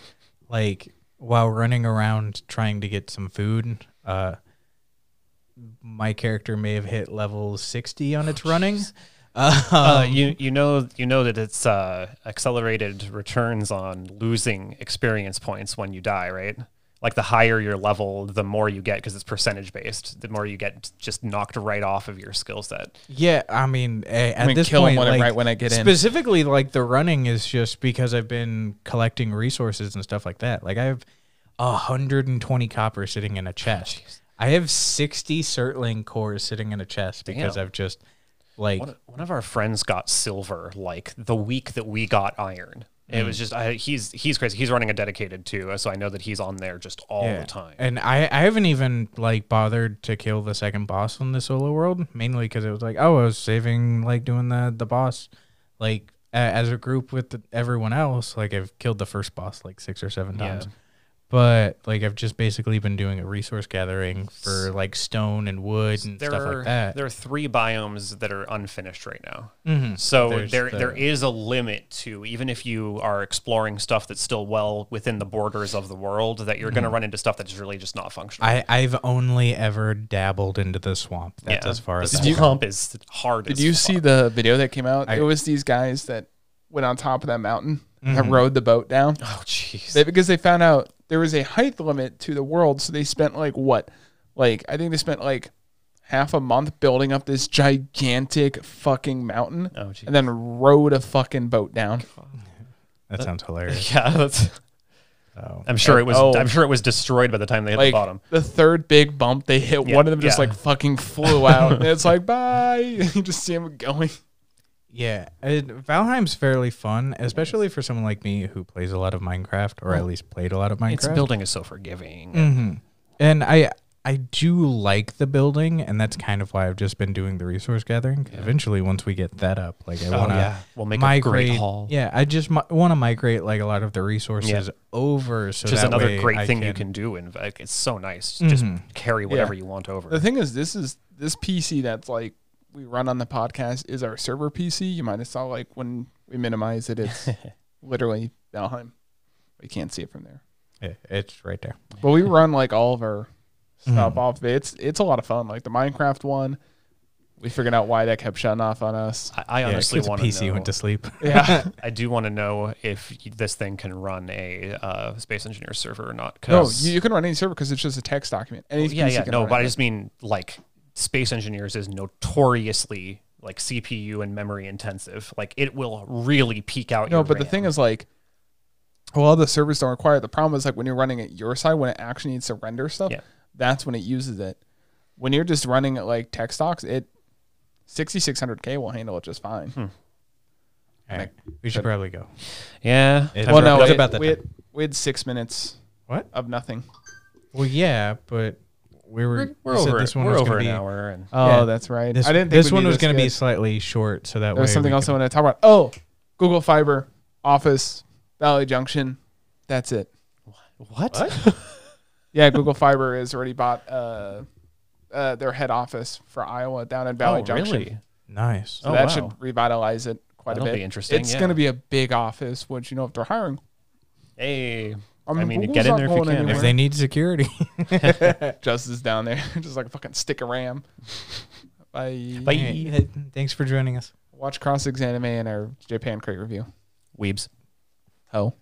Like while running around trying to get some food,
Oh,
uh, my character may have hit level sixty on its running.
Uh, you you know you know that it's uh, accelerated returns on losing experience points when you die, right? Like the higher your level, the more you get because it's percentage based. The more you get just knocked right off of your skill set.
Yeah, I mean, eh, at
gonna
this
kill him
point,
when I-
like,
right when I get in.
specifically, like the running is just because I've been collecting resources and stuff like that. Like I have hundred and twenty copper sitting in a chest. I have sixty Certling cores sitting in a chest because
Damn.
I've just like
One, one of our friends got silver like the week that we got iron. It was just I, he's he's crazy. He's running a dedicated too, so I know that he's on there just all
Yeah.
the time.
And I, I haven't even like bothered to kill the second boss on the solo world, mainly because it was like, oh, I was saving like doing the the boss, like a- as a group with the, everyone else. Like I've killed the first boss like six or seven
Yeah.
times, but like I've just basically been doing a resource gathering for like stone and wood and
there
stuff
are
like that.
there are three biomes that are unfinished right now.
Mhm.
So
There's
there
the-
there is a limit to even if you are exploring stuff that's still well within the borders of the world that you're going
Mm-hmm.
to run into stuff that's really just not functional.
I I've only ever dabbled into the swamp. That's as far as
this
I've gone.
hump is hard.
Did
as
you
fuck.
see the video that came out?
I-
it was these guys that went on top of that mountain
Mm-hmm.
and rode the boat down.
Oh jeez.
They, because they found out there was a height limit to the world, so they spent like what, like I think they spent like half a month building up this gigantic fucking mountain,
Oh, geez.
and then rode a fucking boat down.
That sounds hilarious.
Yeah, that's,
Oh.
I'm sure it was.
Oh.
I'm sure it was destroyed by the time they hit
Like
the bottom.
the third big bump they hit,
Yeah,
one of them just
yeah.
like fucking flew out, and it's like bye. you just see him going.
Yeah, it, Valheim's fairly fun, especially for someone like me who plays a lot of Minecraft, or
Oh.
at least played a lot of
Its
Minecraft. Mm. Mm-hmm.
building is so forgiving.
and I, I do like the building, and that's kind of why I've just been doing the resource gathering. Eventually, once we get that up, like I
Oh,
want to
yeah. We'll make a great
migrate.
hall.
Yeah, I just mi- want to migrate like a lot of the resources over, so
Which is
that
another
way
great
I Mm-hmm.
thing you can do. In fact, it's so nice. Just carry whatever you want over.
The thing is, this is this PC that's like we run on the podcast is our server PC. You might have saw like when we minimize it, it's literally Valheim. We can't see it from there,
Yeah, it's right there.
but we run like all of our stuff off of it. It's it's a lot of fun. Like the Minecraft one, we figured out why that kept shutting off on us.
I, I
Yeah,
honestly
'cause
want
PC
to know.
went to sleep.
Yeah,
I do want to know if y- this thing can run a uh, space engineer server or not.
no,
'cause-
you, you can run any server because it's just a text document. Any
yeah,
PC
yeah,
can
no,
run
but I
it.
just mean like space engineers is notoriously like CPU and memory intensive. Like it will really peak out.
No,
your
but the
RAM.
thing is like well the servers don't require it. the problem is like when you're running at your side when it actually needs to render stuff,
Yeah.
that's when it uses it. When you're just running it like text docs, it 6600K will handle it just fine.
All right, we should probably go.
yeah,
Well,
It- That's
I've
no,
right. That's
it,
about the
we,
time.
had, we had six minutes
What?
of nothing.
Well, yeah, but we were.
re- we're
you said
over.
this one
we're
was
over
gonna
an
be-
hour, and
Oh,
Yeah.
that's right.
This,
I didn't think
this
we'd
one was going to be
good.
slightly short, so that
There was
way
something
we
else I
can-
want to talk about. Oh, Google Fiber, Office, Valley Junction. That's it.
what?
Yeah, Google Fiber has already bought uh, uh, their head office for Iowa down in Valley
Oh,
Junction.
really?
Nice.
So
Oh,
that
wow.
should revitalize it quite a
That'll
bit.
be interesting,
It's
yeah.
going to be a big office, which you know if they're hiring.
Hey,
I
I
mean,
mean,
Google's
get in
Um, not
there if you
going
can.
anywhere.
If they need security,
Justice down there, just like a fucking stick of ram. Bye.
Bye.
Hey, thanks for joining us.
Watch Cross Exam Anime and our Japan Crate review.
Weebs.
Ho.